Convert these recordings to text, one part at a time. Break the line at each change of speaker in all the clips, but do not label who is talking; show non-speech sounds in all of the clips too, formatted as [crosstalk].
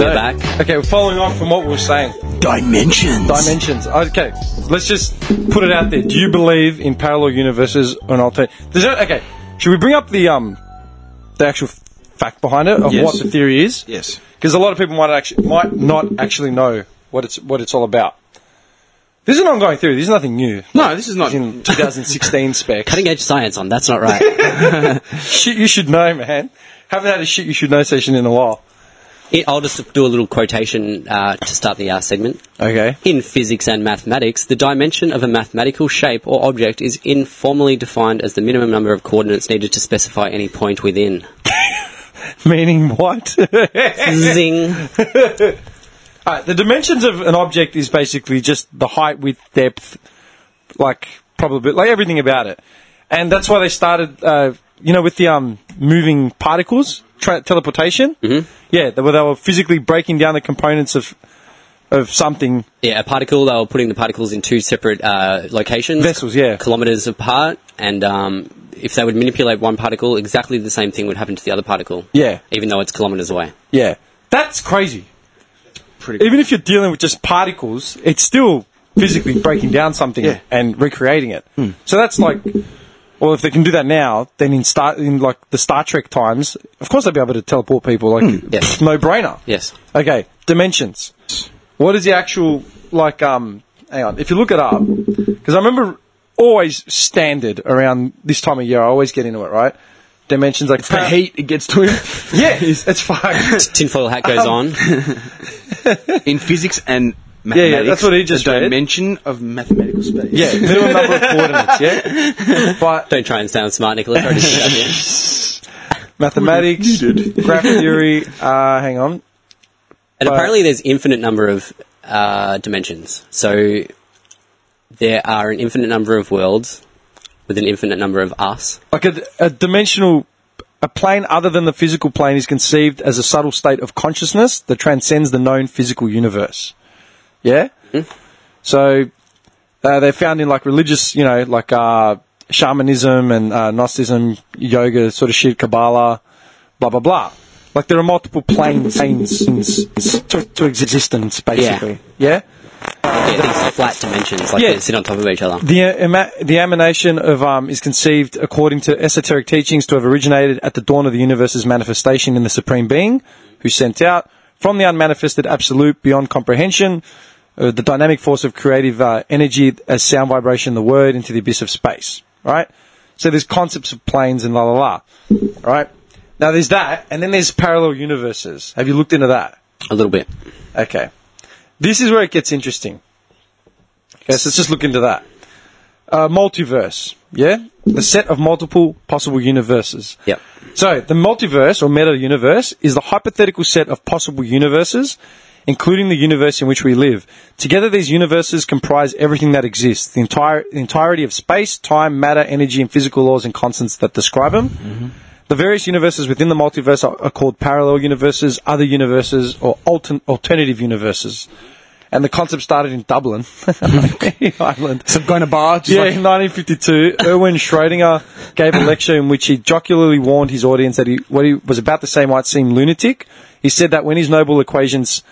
Okay, we're following off from what we were saying.
Dimensions.
Dimensions. Okay, let's just put it out there. Do you believe in parallel universes and alternate? Does it, okay, should we bring up the um the actual f- fact behind it of
Yes.
what the theory is?
Yes.
Because a lot of people might actually might not actually know what it's what it's all about. This is an ongoing theory. This is nothing new.
No, this is not. [laughs]
In 2016 specs.
Cutting edge science on. That's not right.
Shit, you should know, man. Haven't had a shit you should know session in a while.
It- I'll just do a little quotation uh, to start the uh, segment.
Okay.
In physics and mathematics, the dimension of a mathematical shape or object is informally defined as the minimum number of coordinates needed to specify any point within.
Meaning what?
Zing.
Alright, Uh, the dimensions of an object is basically just the height, width, depth, like probably like everything about it, and that's why they started, uh, you know, with the um, moving particles tra- teleportation. Mm-hmm. Yeah, they were, they were physically breaking down the components of of something.
Yeah, a particle. They were putting the particles in two separate uh, locations,
Vessels, yeah.
kilometers apart, and um, if they would manipulate one particle, exactly the same thing would happen to the other particle.
Yeah.
even though it's kilometers away.
Yeah, that's crazy.
Pretty
Even if you're dealing with just particles, it's still physically breaking down something
Yeah. Hmm.
and recreating it. So that's like, well, if they can do that now, then in Star, in like the Star Trek times, of course they'd be able to teleport people. Like,
Hmm.
Yeah.
pff, no brainer.
Yes.
Okay, dimensions. What is the actual like? Um, hang on. If you look it up, because I remember always standard around this time of year, I always get into it. Right, dimensions like
The heat it gets to
Uh,
him.
[laughs]
[laughs]
Yeah, it's fucked.
Tinfoil hat
Um,
goes on.
In physics and
yeah,
mathematics,
that's what he just
the
read.
dimension of mathematical space.
Yeah, minimum number of coordinates. Yeah, but
Don't try and sound smart, Nicholas. Already said
[laughs]
that,
mathematics,
Needed.
graph theory. Uh, hang on.
yeah. And
But-
apparently, there's infinite number of uh, dimensions. So there are an infinite number of worlds with an infinite number of us.
Like a, a dimensional, a plane other than the physical plane is conceived as a subtle state of consciousness that transcends the known physical universe. Yeah. So uh, they're found in like religious, you know, like uh, shamanism and uh, Gnosticism, yoga, sort of shit, Kabbalah, blah blah blah. Like there are multiple planes, planes to, to existence, basically. yeah?
Yeah, these flat dimensions, like
Yeah.
they sit on top of each other.
The, uh, ema- the emanation of um, is conceived according to esoteric teachings to have originated at the dawn of the universe's manifestation in the Supreme Being, who sent out from the unmanifested absolute beyond comprehension uh, the dynamic force of creative uh, energy as sound vibration, the word, into the abyss of space. All right? So there's concepts of planes and la la la. All right? Now there's that, and then there's parallel universes. Have you looked into that?
A little bit.
Okay. This is where it gets interesting. Okay, so let's just look into that. Uh, multiverse, yeah? The set of multiple possible universes.
Yep.
So, the multiverse or meta universe is the hypothetical set of possible universes, including the universe in which we live. Together, these universes comprise everything that exists the, entire, the entirety of space, time, matter, energy, and physical laws and constants that describe them. The various universes within the multiverse are, are called parallel universes, other universes, or altern- alternative universes. And the concept started in Dublin, [laughs] Ireland.
So I'm going to bar. Just
Yeah,
like-
in 1952, Erwin Schrödinger gave a lecture in which he jocularly warned his audience that he, what he was about to say might seem lunatic. He said that when his noble equations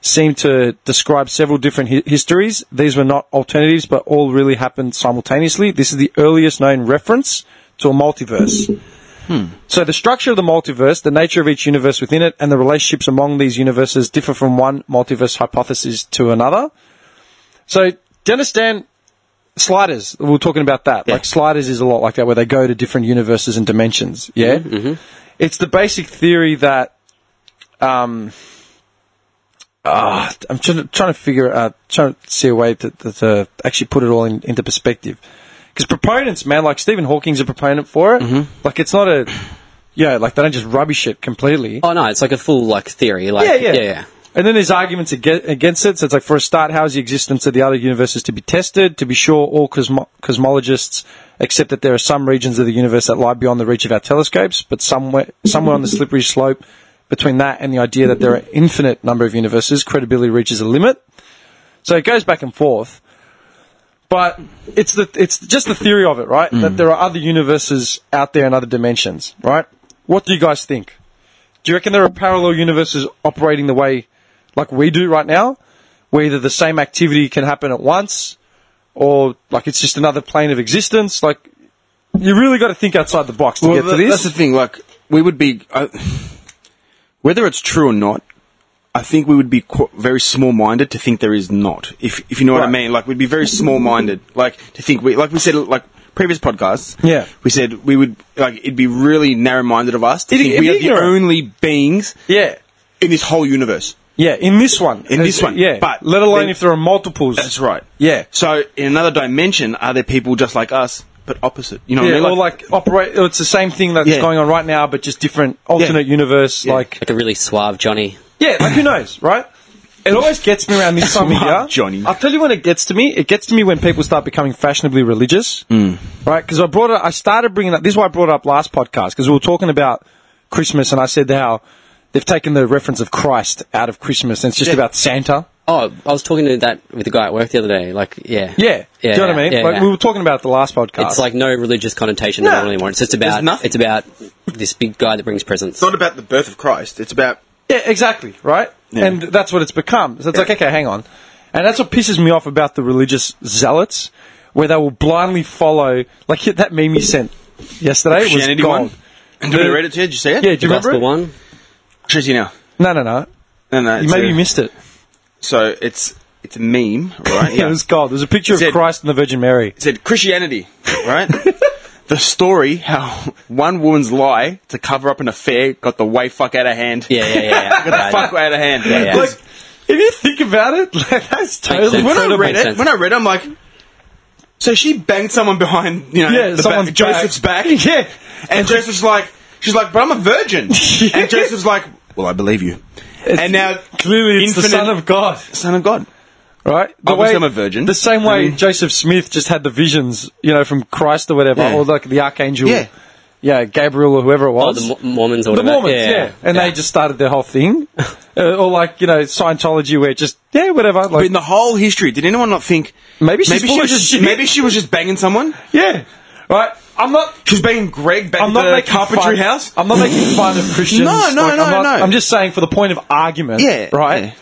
seemed to describe several different hi- histories, these were not alternatives, but all really happened simultaneously. This is the earliest known reference to a multiverse.
Hmm.
So the structure of the multiverse, the nature of each universe within it, and the relationships among these universes differ from one multiverse hypothesis to another. So do you understand sliders? We were talking about that. Like sliders is a lot like that, where they go to different universes and dimensions. Yeah, mm-hmm. it's the basic theory that. Um, ah, I'm trying, trying to figure out, trying to see a way to, to, to actually put it all in, into perspective. Because proponents, man, like Stephen Hawking's a proponent for it. Like it's not a, yeah, like they don't just rubbish it completely.
Oh no, it's like a full like theory. Like
Yeah, yeah.
yeah, yeah.
And then there's arguments aga- against it. So it's like, for a start, how is the existence of the other universes to be tested? To be sure, all cosmo- cosmologists accept that there are some regions of the universe that lie beyond the reach of our telescopes, but somewhere, somewhere on the slippery slope between that and the idea that there are infinite number of universes, credibility reaches a limit. So it goes back and forth. But it's the it's just the theory of it,
Mm.
right? That there are other universes out there and other dimensions, right? What do you guys think? Do you reckon there are parallel universes operating the way like we do right now, where either the same activity can happen at once, or like it's just another plane of existence. Like you really got to think outside the box to
Well,
get to
tha-
this.
That's the thing. Like, we would be, I whether it's true or not. I think we would be qu- very small-minded to think there is not. If if you know what I
Right.
mean, like we'd be very small-minded, like to think we, like we said, like previous podcasts.
Yeah.
we said we would like it'd be really narrow-minded of us to
It'd-
think
it'd be
we are the
ignorant.
only beings
yeah.
in this whole universe.
Yeah, in this one.
In this one,
Yeah.
but
let alone
then-
if there are multiples.
That's right.
Yeah.
So in another dimension, are there people just like us but opposite? You know
Yeah,
what I mean?
or like operate. Or it's the same thing that's
Yeah.
going on right now, but just different alternate universe. Like,
Like a really suave Johnny.
yeah, like who knows, right? It always gets me around this time of
Smart
year.
Johnny.
I'll tell you when it gets to me. It gets to me when people start becoming fashionably religious, mm. right? Because I brought, up, I started bringing up. This is why I brought it up last podcast because we were talking about Christmas, and I said how they've taken the reference of Christ out of Christmas, and it's just
Yeah.
about Santa.
Oh, I was talking to that with the guy at work the other day. Like, yeah,
Yeah,
yeah.
do you know what I mean?
yeah,
like
yeah.
we were talking about it the last podcast.
It's like no religious connotation
No.
at all anymore. It's just about
There's nothing.
it's about this big guy that brings presents.
it's not about the birth of Christ. It's about
Yeah, exactly, right?
Yeah.
And that's what it's become. So it's like, okay, hang on. And that's what pisses me off about the religious zealots, where they will blindly follow, like hit that meme you sent yesterday it was
Christianity
gold.
one. And do you want me to read it to you? Did you see it?
Yeah, do
the
you remember
gospel
it?
one.
I'll show it to you now.
No, no, no.
No, no.
You
it's
maybe
a-
you missed it.
So it's it's a meme,
[laughs]
right?
Yeah, it was gold. There's a picture of
Said-
Christ and the Virgin Mary.
It said Christianity,
[laughs]
right? the story how one woman's lie to cover up an affair got the way fuck out of hand.
Yeah, yeah,
[laughs]
yeah. yeah.
[laughs] Got the
Yeah,
fuck out of hand.
yeah.
Like, if you think about it, [laughs] like, that's totally.
sense.
when I
Incredible
read it,
sense.
when I read, it, I'm like, so she banged someone behind, you know,
Yeah,
the
someone's
back, Joseph's back,
[laughs] Yeah.
and Joseph's like, she's like, but I'm a
[laughs]
virgin, and Joseph's like, well, I believe you, and now
Clearly, it's the
infinite-
Son of God,
Son of God.
right? The
Obviously, I'm a virgin. Mm.
The same way
I mean-
Joseph Smith just had the visions, you know, from Christ or whatever,
Yeah.
or like the archangel,
Yeah.
yeah, Gabriel or whoever it
Oh,
was.
the
mm,
Mo- Mormons or
The
whatever.
Mormons, yeah. And they just started their whole
[laughs]
thing. uh, or like, you know, Scientology where just, yeah, whatever.
But
Like,
in the whole history, did anyone not think
Maybe she's
maybe
full
she
of
was just
shit.
maybe she was just banging someone?
yeah. Right? I'm not,
She was banging Greg back
I'm
at
not
the
making fun-
carpentry house.
I'm not making fun
[laughs]
of Christians.
No, no,
Like,
no,
I'm
no.
I'm just saying for the point of argument.
Yeah, yeah.
Right?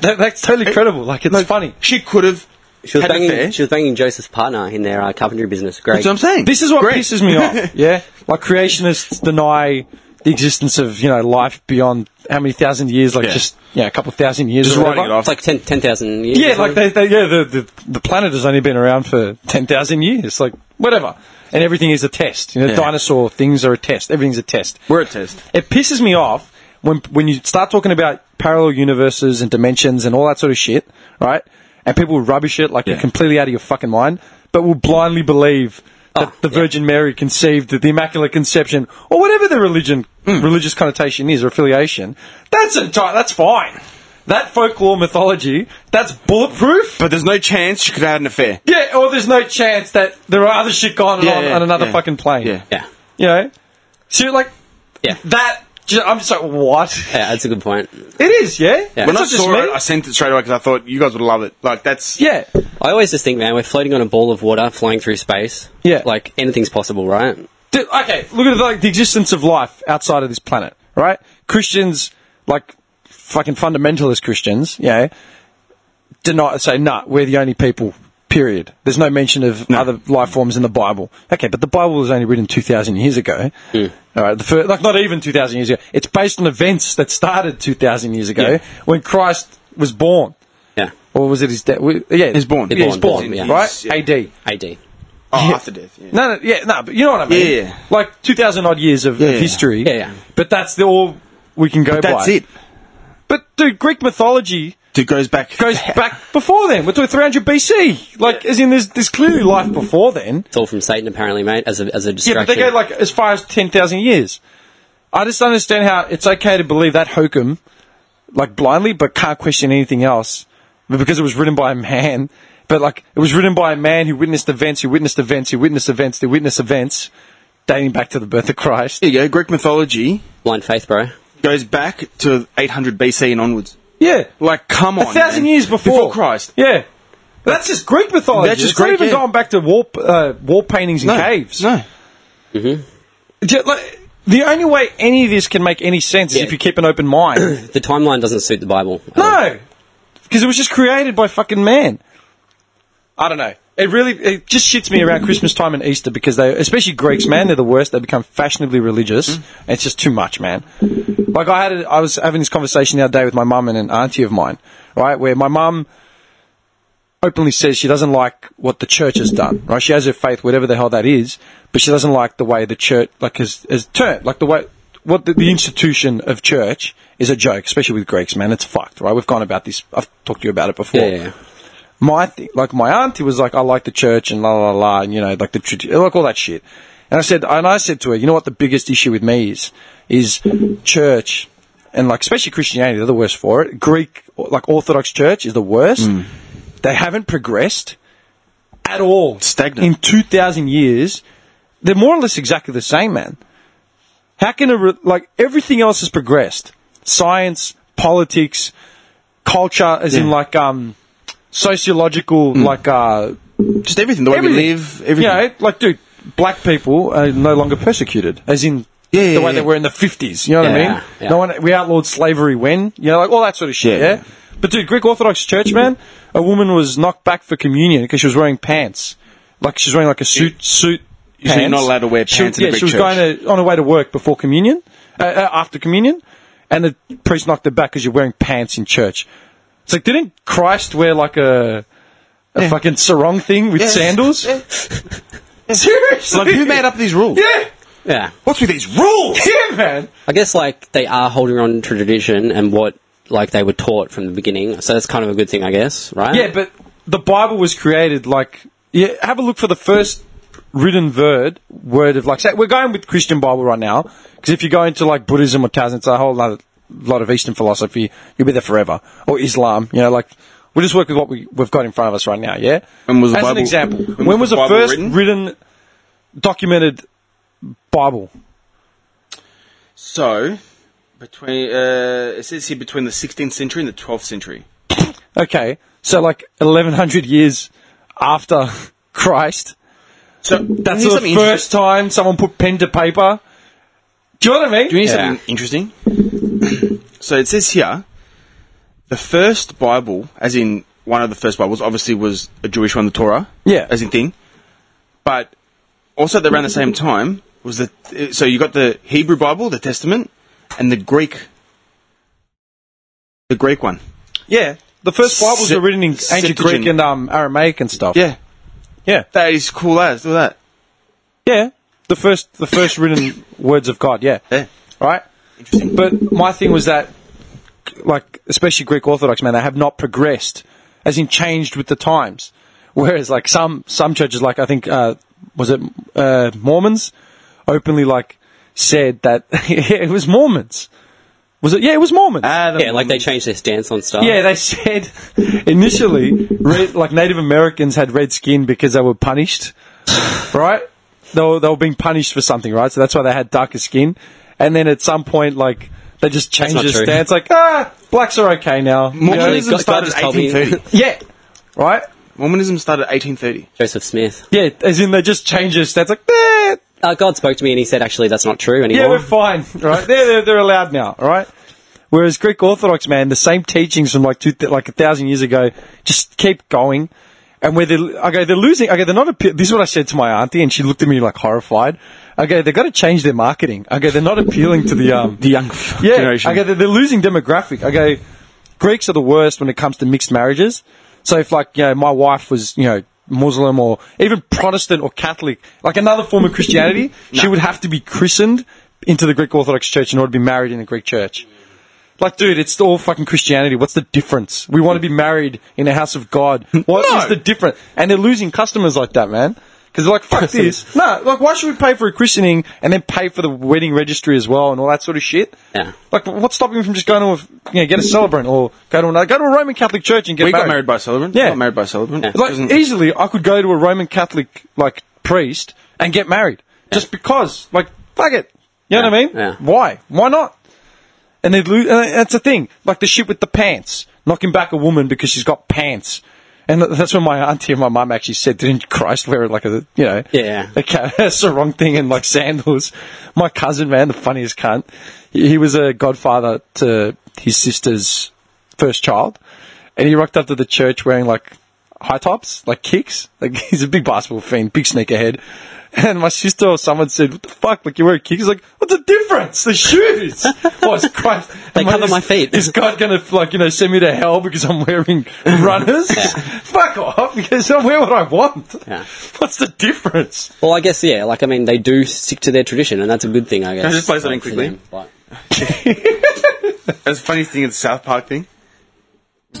That, that's totally credible. Like, it's funny.
She could have
She was
had an
banging.
affair.
She was banging Joseph's partner in their uh, carpentry business. Greg.
That's what I'm saying.
This is what
Greg.
pisses me
[laughs]
off. Yeah, like creationists deny the existence of you know life beyond how many thousand years, like
Yeah.
just yeah, a couple thousand years.
Just
or
writing
whatever.
it off.
It's like 10 10,000 years.
Yeah, like they, they yeah, the, the the planet has only been around for ten thousand years, like whatever, and everything is a test. You know,
Yeah.
dinosaur things are a test. Everything's a test.
We're a test.
It pisses me off when when you start talking about parallel universes and dimensions and all that sort of shit, right? And people rubbish it like you're
Yeah.
completely out of your fucking mind, but will blindly believe that
Oh,
the Virgin Mary conceived the Immaculate Conception or whatever the religion
Hmm.
religious connotation is or affiliation. That's enti- that's fine. That folklore mythology, that's bulletproof.
But there's no chance she could have had an affair.
Yeah, or there's no chance that there are other shit going
Yeah,
on
yeah,
on another
yeah.
fucking plane.
Yeah.
Yeah.
You know? So, like,
Yeah.
that, I'm just like, what? [laughs]
Yeah, that's a good point.
It is, yeah.
Yeah.
It's
When
not
I
just
saw
me.
it, I sent it straight away because I thought you guys would love it. Like that's
yeah,
I always just think, man, we're floating on a ball of water, flying through space.
Yeah.
Like anything's possible, right?
Dude, okay. Look at like the existence of life outside of this planet, right? Christians, like fucking fundamentalist Christians, yeah, deny say, nah, we're the only people. Period. There's no mention of other life forms in the Bible. Okay, but the Bible was only written two thousand years ago. All right, the fir- like not even two thousand years ago. It's based on events that started two thousand years ago
Yeah.
when Christ was born,
Yeah.
or was it his death? Yeah,
He's born.
Yeah, he's
Born,
born.
born, yeah.
Right,
Yeah.
AD.
AD.
oh, after death. Yeah.
No, no, yeah, no, but you know what I mean.
Yeah, yeah.
Like two thousand odd years of,
Yeah,
of
yeah.
history.
Yeah, yeah.
But that's the all we can go by.
That's it.
But dude, Greek mythology
Dude goes back.
goes back before then. We're talking three hundred BC. Like, as in, there's there's clearly life before then.
It's all from Satan, apparently, mate, as a, as a
Yeah, but
distraction.
they go like as far as ten thousand years. I just don't understand how it's okay to believe that hokum, like blindly, but can't question anything else, but because it was written by a man. But like it was written by a man who witnessed events, who witnessed events, who witnessed events, who witnessed events, dating back to the birth of Christ.
There you go. Greek mythology
Blind faith, bro.
goes back to 800 BC and onwards.
Yeah,
Like, come on,
a thousand
man.
years before.
Christ.
Yeah. That's just Greek mythology.
That's just
it's not
Greek,
even
yeah.
going back to wall, uh, wall paintings and
No,
caves.
No.
Ju- like, the only way any of this can make any sense is
Yeah.
if you keep an open
[coughs]
mind.
The timeline doesn't suit the Bible. at all.
no, because it was just created by fucking man. I don't know. It really it just shits me around Christmas time and Easter because they, especially Greeks, man, they're the worst. They become fashionably religious.
Mm.
And it's just too much, man. Like I had, a, I was having this conversation the other day with my mum and an auntie of mine, right? Where my mum openly says she doesn't like what the church has done, right? She has her faith, whatever the hell that is, but she doesn't like the way the church, like, has, has turned, like the way, what the, the institution of church is a joke, especially with Greeks, man. It's fucked, right? We've gone about this. I've talked to you about it before
Yeah, yeah, yeah.
my th- like my auntie was like, I like the church and la la la, and you know, like the tradi- like all that shit. And I said, and I said to her, you know what the biggest issue with me is, is church, and like especially Christianity, they're the worst for it. Greek, like Orthodox Church, is the worst. They haven't progressed at all.
Stagnant.
in two thousand years. They're more or less exactly the same, man. How can a re- like everything else has progressed? Science, politics, culture, as in like um sociological, like uh,
Just everything. The way
everything.
we live, everything.
You know, like dude, black people are no longer persecuted, as in
Yeah, yeah,
the way
yeah.
they were in the fifties. You know what I
Yeah,
mean?
yeah.
No one we outlawed slavery when you know, like all that sort of shit.
Yeah,
Yeah.
yeah.
But dude, Greek Orthodox Church man, a woman was knocked back for communion because she was wearing pants, like she was wearing like a suit suit.
So you're
pants.
not allowed to wear
She-
pants in a
yeah,
big
she was
church.
going to, on her way to work before communion, uh, uh, after communion, and the priest knocked her back because you're wearing pants in church. It's like, didn't Christ wear like a a fucking sarong thing with
Yeah.
sandals?
[laughs] Yeah.
Seriously?
Like, who made up these rules?
Yeah,
Yeah.
What's with these rules?
yeah, man.
I guess like they are holding on to tradition and what like they were taught from the beginning, so that's kind of a good thing, I guess, right?
Yeah, but the Bible was created like. Yeah, have a look for the first written word word of like. Say, we're going with Christian Bible right now because if you go into like Buddhism or Taoism, it's a whole lot lot of Eastern philosophy. You'll be there forever. Or Islam, you know, like. We'll just work with what we, we've got in front of us right now, yeah?
When was
As
the
an
Bible-
example,
when
when,
was
was
the
the,
Bible
first
written?
written, documented Bible?
So, between uh, it says here between the 16th century and the 12th century.
Okay, so like 1100 years after [laughs] Christ,
So
That's the first time someone put pen to paper. Do you know what I mean?
Do you need
Yeah.
something interesting? [clears throat] so it says here, the first Bible, as in one of the first Bibles, obviously was a Jewish one, the Torah.
Yeah.
As in thing. But also around the same time was the so you got the Hebrew Bible, the Testament, and the Greek, the Greek one.
yeah. The first Bibles
Se-
were written in ancient
Septuagint.
Greek and um, Aramaic and stuff.
Yeah,
yeah,
that is cool as look at
yeah. The first, the first written words of God. Yeah,
that. Yeah.
right.
Interesting.
But my thing was that, like, especially Greek Orthodox man, they have not progressed, as in changed with the times. Whereas, like some some churches, like I think, uh, was it uh, Mormons, openly like said that [laughs] it was Mormons. Was it? Yeah, it was Mormons.
Adam,
Yeah, like they changed their stance on stuff.
Yeah, they said initially, red, like Native Americans had red skin because they were punished, right? They were, they were being punished for something, right? So that's why they had darker skin. And then at some point, like they just changed
not
their
true.
stance, like ah, blacks are okay now. you know?
Mormonism
God- God
started
just told me- [laughs]
1830.
yeah, right.
Mormonism started 1830.
Joseph Smith.
Yeah, as in they just changed their stance, like eh,
Uh, God spoke to me and he said, actually, that's not true
Yeah,
anymore.
we're fine, [laughs] right? They're, they're, they're allowed now, all right? Whereas Greek Orthodox, man, the same teachings from like two, like a thousand years ago just keep going. And where they, okay, they're losing, okay, they're not, appe- this is what I said to my auntie and she looked at me like horrified. Okay, they've got to change their marketing. Okay, they're not appealing to the, um,
[laughs] The young
yeah,
generation.
okay, they're, they're losing demographic. Okay, Greeks are the worst when it comes to mixed marriages. So if like you know my wife was you know Muslim or even Protestant or Catholic, like another form of [laughs] Christianity, she would have to be christened into the Greek Orthodox Church in order to be married in a Greek church. Like, dude, it's all fucking Christianity. What's the difference? We want to be married in a house of [laughs] God. What is
No.
the difference? And they're losing customers like that, man. Because they're like, fuck this. No, like, why should we pay for a christening and then pay for the wedding registry as well and all that sort of shit?
Yeah.
Like, what's stopping me from just going to a, you know, get a celebrant or go to another, go to a Roman Catholic church and get
We
married?
got married by Sullivan.
Yeah.
Got married by Sullivan.
Yeah.
It
Like,
doesn't-
easily, I could go to a Roman Catholic, like, priest and get married. Just because, like, fuck it. You know
Yeah,
what I mean?
yeah.
Why? Why not? And they'd lose, and that's the thing. Like the shit with the pants. Knocking back a woman because she's got pants. And th- that's when my auntie and my mum actually said, didn't Christ wear like a, you know,
Yeah.
[laughs] a, ca- a sarong thing and like sandals? My cousin, man, the funniest cunt. He, he was a godfather to his sister's first child. And he rocked up to the church wearing like high tops, like kicks. Like [laughs] he's a big basketball fiend, big sneakerhead. And my sister or someone said, "What the fuck? Like you wear kicks?" He's like, "What's the difference? The
[laughs]
shoes? oh, it's Christ.
They
Am I-
cover
is-
my feet.
Is God gonna like you know send me to hell because I'm
[laughs]
wearing runners? [laughs] fuck off! Because I wear what I want.
Yeah.
[laughs] What's the difference?
Well, I guess yeah. Like I mean, they do stick to their tradition, and that's a good thing, I guess.
I just play something
like, for
quickly?
them, but-
That's the funniest thing is the South Park thing.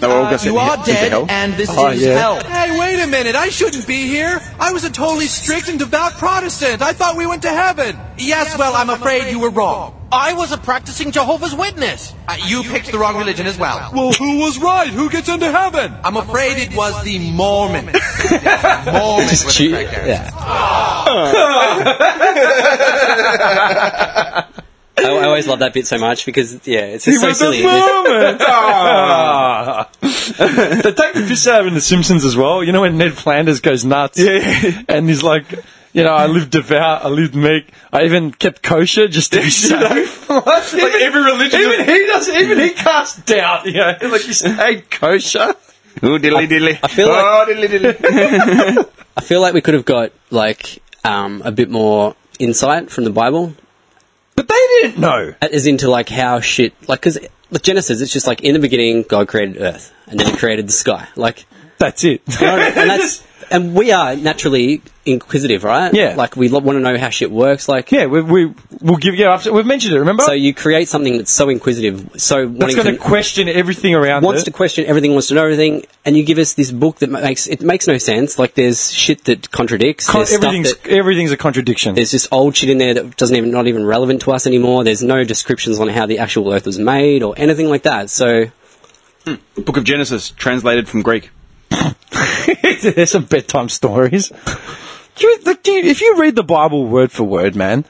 No, we're all gonna sit
You
here-
are
sit the
dead,
hell.
and this
Oh,
is
yeah.
hell. Hey, wait a minute. I shouldn't be here. I was a totally strict and devout Protestant. I thought we went to heaven. Yes, well, I'm afraid you were wrong.
I was a practicing Jehovah's Witness.
Uh, you picked the wrong religion as well. Well, Oh, who was right? Who gets into heaven? I'm afraid it was the Mormons. Mormons were the
Gee,
correct answer.
yeah. I, I always love that bit so much because yeah, it's just so silly.
[laughs] Ah. they take the piss out of in The Simpsons as well. You know when Ned Flanders goes nuts, and he's like, you know, I lived devout, I lived meek, I even kept kosher just [laughs] to be safe. like
every religion-
even he does, even he casts doubt. You know, like he stayed kosher.
Ooh, diddly diddly. I
feel like-
oh, diddly diddly.
I feel like we could have got like um, a bit more insight from the Bible,
But they didn't know.
as into like how shit like because with Genesis, it's just like in the beginning God created Earth and then He created the sky,
[laughs]
like.
That's it.
You know what I mean? and that's and we are naturally inquisitive, right?
Yeah.
Like we lo- want to know how shit works,
[laughs]
like.
yeah, we, we we'll give you. Yeah, we've mentioned it. Remember,
So you create something that's so inquisitive, so
that's
wanting
going to
to-
question everything around
wants
it.
to question everything, wants to know everything, and you give us this book that makes it makes no sense. Like there's shit that contradicts.
Con-
there's stuff
everything's
that,
everything's a contradiction.
there's just old shit in there that doesn't even not even relevant to us anymore. There's no descriptions on how the actual Earth was made or anything like that. So
Book of Genesis, translated from Greek.
[laughs] There's some bedtime stories. You- the- dude, if you read the Bible word for word, man,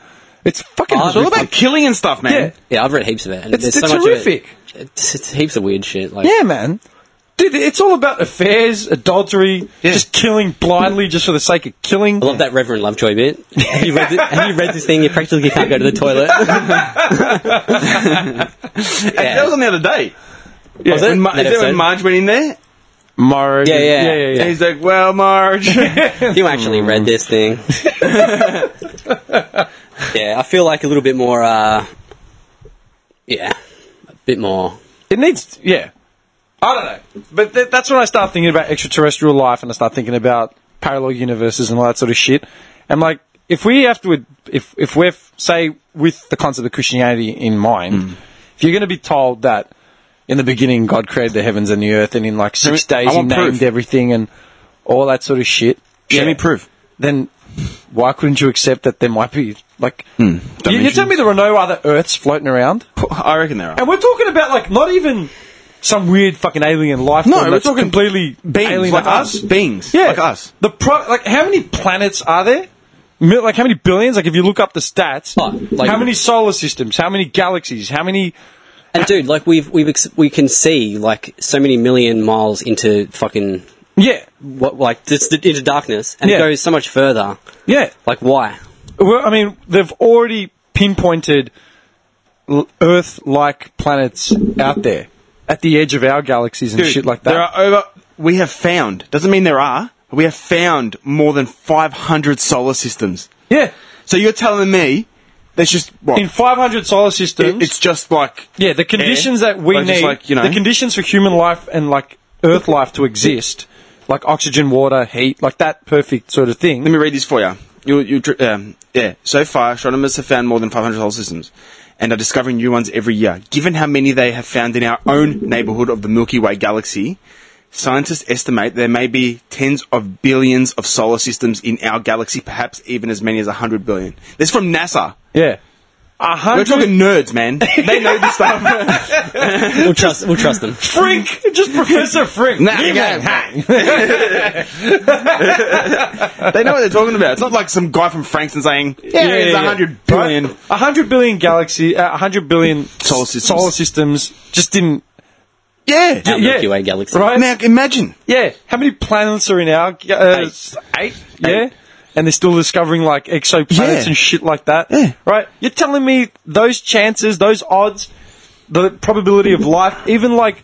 it's fucking.
Oh,
It's all about killing and stuff, man.
Yeah.
yeah, I've read heaps of it, and
It's-
there's
it's
so
terrific.
much of it. It's, it's heaps of weird shit. Like
yeah, man. Dude, it's all about affairs, adultery, just killing blindly just for the sake of killing.
I love that Reverend Lovejoy bit. have, you read thi- have you read this thing? You practically can't go to
[laughs]
the toilet.
Hey, That was on the other day.
Yeah.
was it?
When Ma-
That
is that when
episode?
Marge went in there?
Murray.
Yeah, yeah.
yeah, yeah, yeah.
And he's like, well, Marge. [laughs]
you actually read this thing. yeah, I feel like a little bit more. Uh, yeah, a bit more.
It needs, yeah. I don't know, but th- that's when I start thinking about extraterrestrial life, and I start thinking about parallel universes and all that sort of shit. And like, if we have to, if if we're f- say with the concept of Christianity in mind,
Hmm.
if you're going to be told that in the beginning God created the heavens and the earth, and in like six
I
days He
want
named
proof.
everything and all that sort of shit,
Show
yeah,
me proof.
Then why couldn't you accept that there might be like?
Hmm.
You, you
Dimensions.
tell me there are no other Earths floating around?
I reckon there are.
And we're talking about like not even some weird fucking alien life.
No,
form
we're
that's
talking
completely
Beings
alien
like
to
us. Beings
Yeah,
like us.
The pro- like how many planets are there? Mil- Like how many billions? Like if you look up the stats,
Oh, like-
how many solar systems? How many galaxies? How many?
And dude, like we've we've ex- we can see like so many million miles into fucking
Yeah,
what like just into darkness, and
Yeah.
it goes so much further.
yeah.
Like why?
Well, I mean, they've already pinpointed l- Earth-like planets out there at the edge of our galaxies and
Dude,
shit like that.
There are over. We have found. Doesn't mean there are. We have found more than 500 solar systems.
yeah,
So you're telling me there's just what?
in 500 solar systems,
it- it's just like
Yeah, the conditions
air,
that we
like, just
need,
like, you know-
the conditions for human life and like Earth life to exist, like oxygen, water, heat, like that perfect sort of thing.
Let me read this for you. You, you, dr- um, yeah. So far, astronomers have found more than 500 solar systems, and are discovering new ones every year. Given how many they have found in our own neighborhood of the Milky Way galaxy, scientists estimate there may be tens of billions of solar systems in our galaxy, perhaps even as many as 100 billion. This is from NASA.
yeah, a
We're
hundred
talking nerds, man. They know this stuff.
[laughs]
We'll trust we'll trust them.
[laughs]
Frink, just Professor Frink.
Nah,
Yeah, man.
yeah. [laughs] they know what they're talking about. It's not like some guy from Frankston saying, "Yeah,
Yeah,
it's
yeah, yeah.
100 billion."
Right? A hundred billion galaxy, uh, a hundred billion
Solar systems.
solar systems just didn't
Yeah.
Our
yeah,
Milky Way galaxy.
right?
Now imagine.
Yeah. How many planets are in our ga- uh, s- eight? Yeah. And they're still discovering like exoplanets
Yeah.
and shit like that.
Yeah.
Right? You're telling me those chances, those odds, the probability of life, even like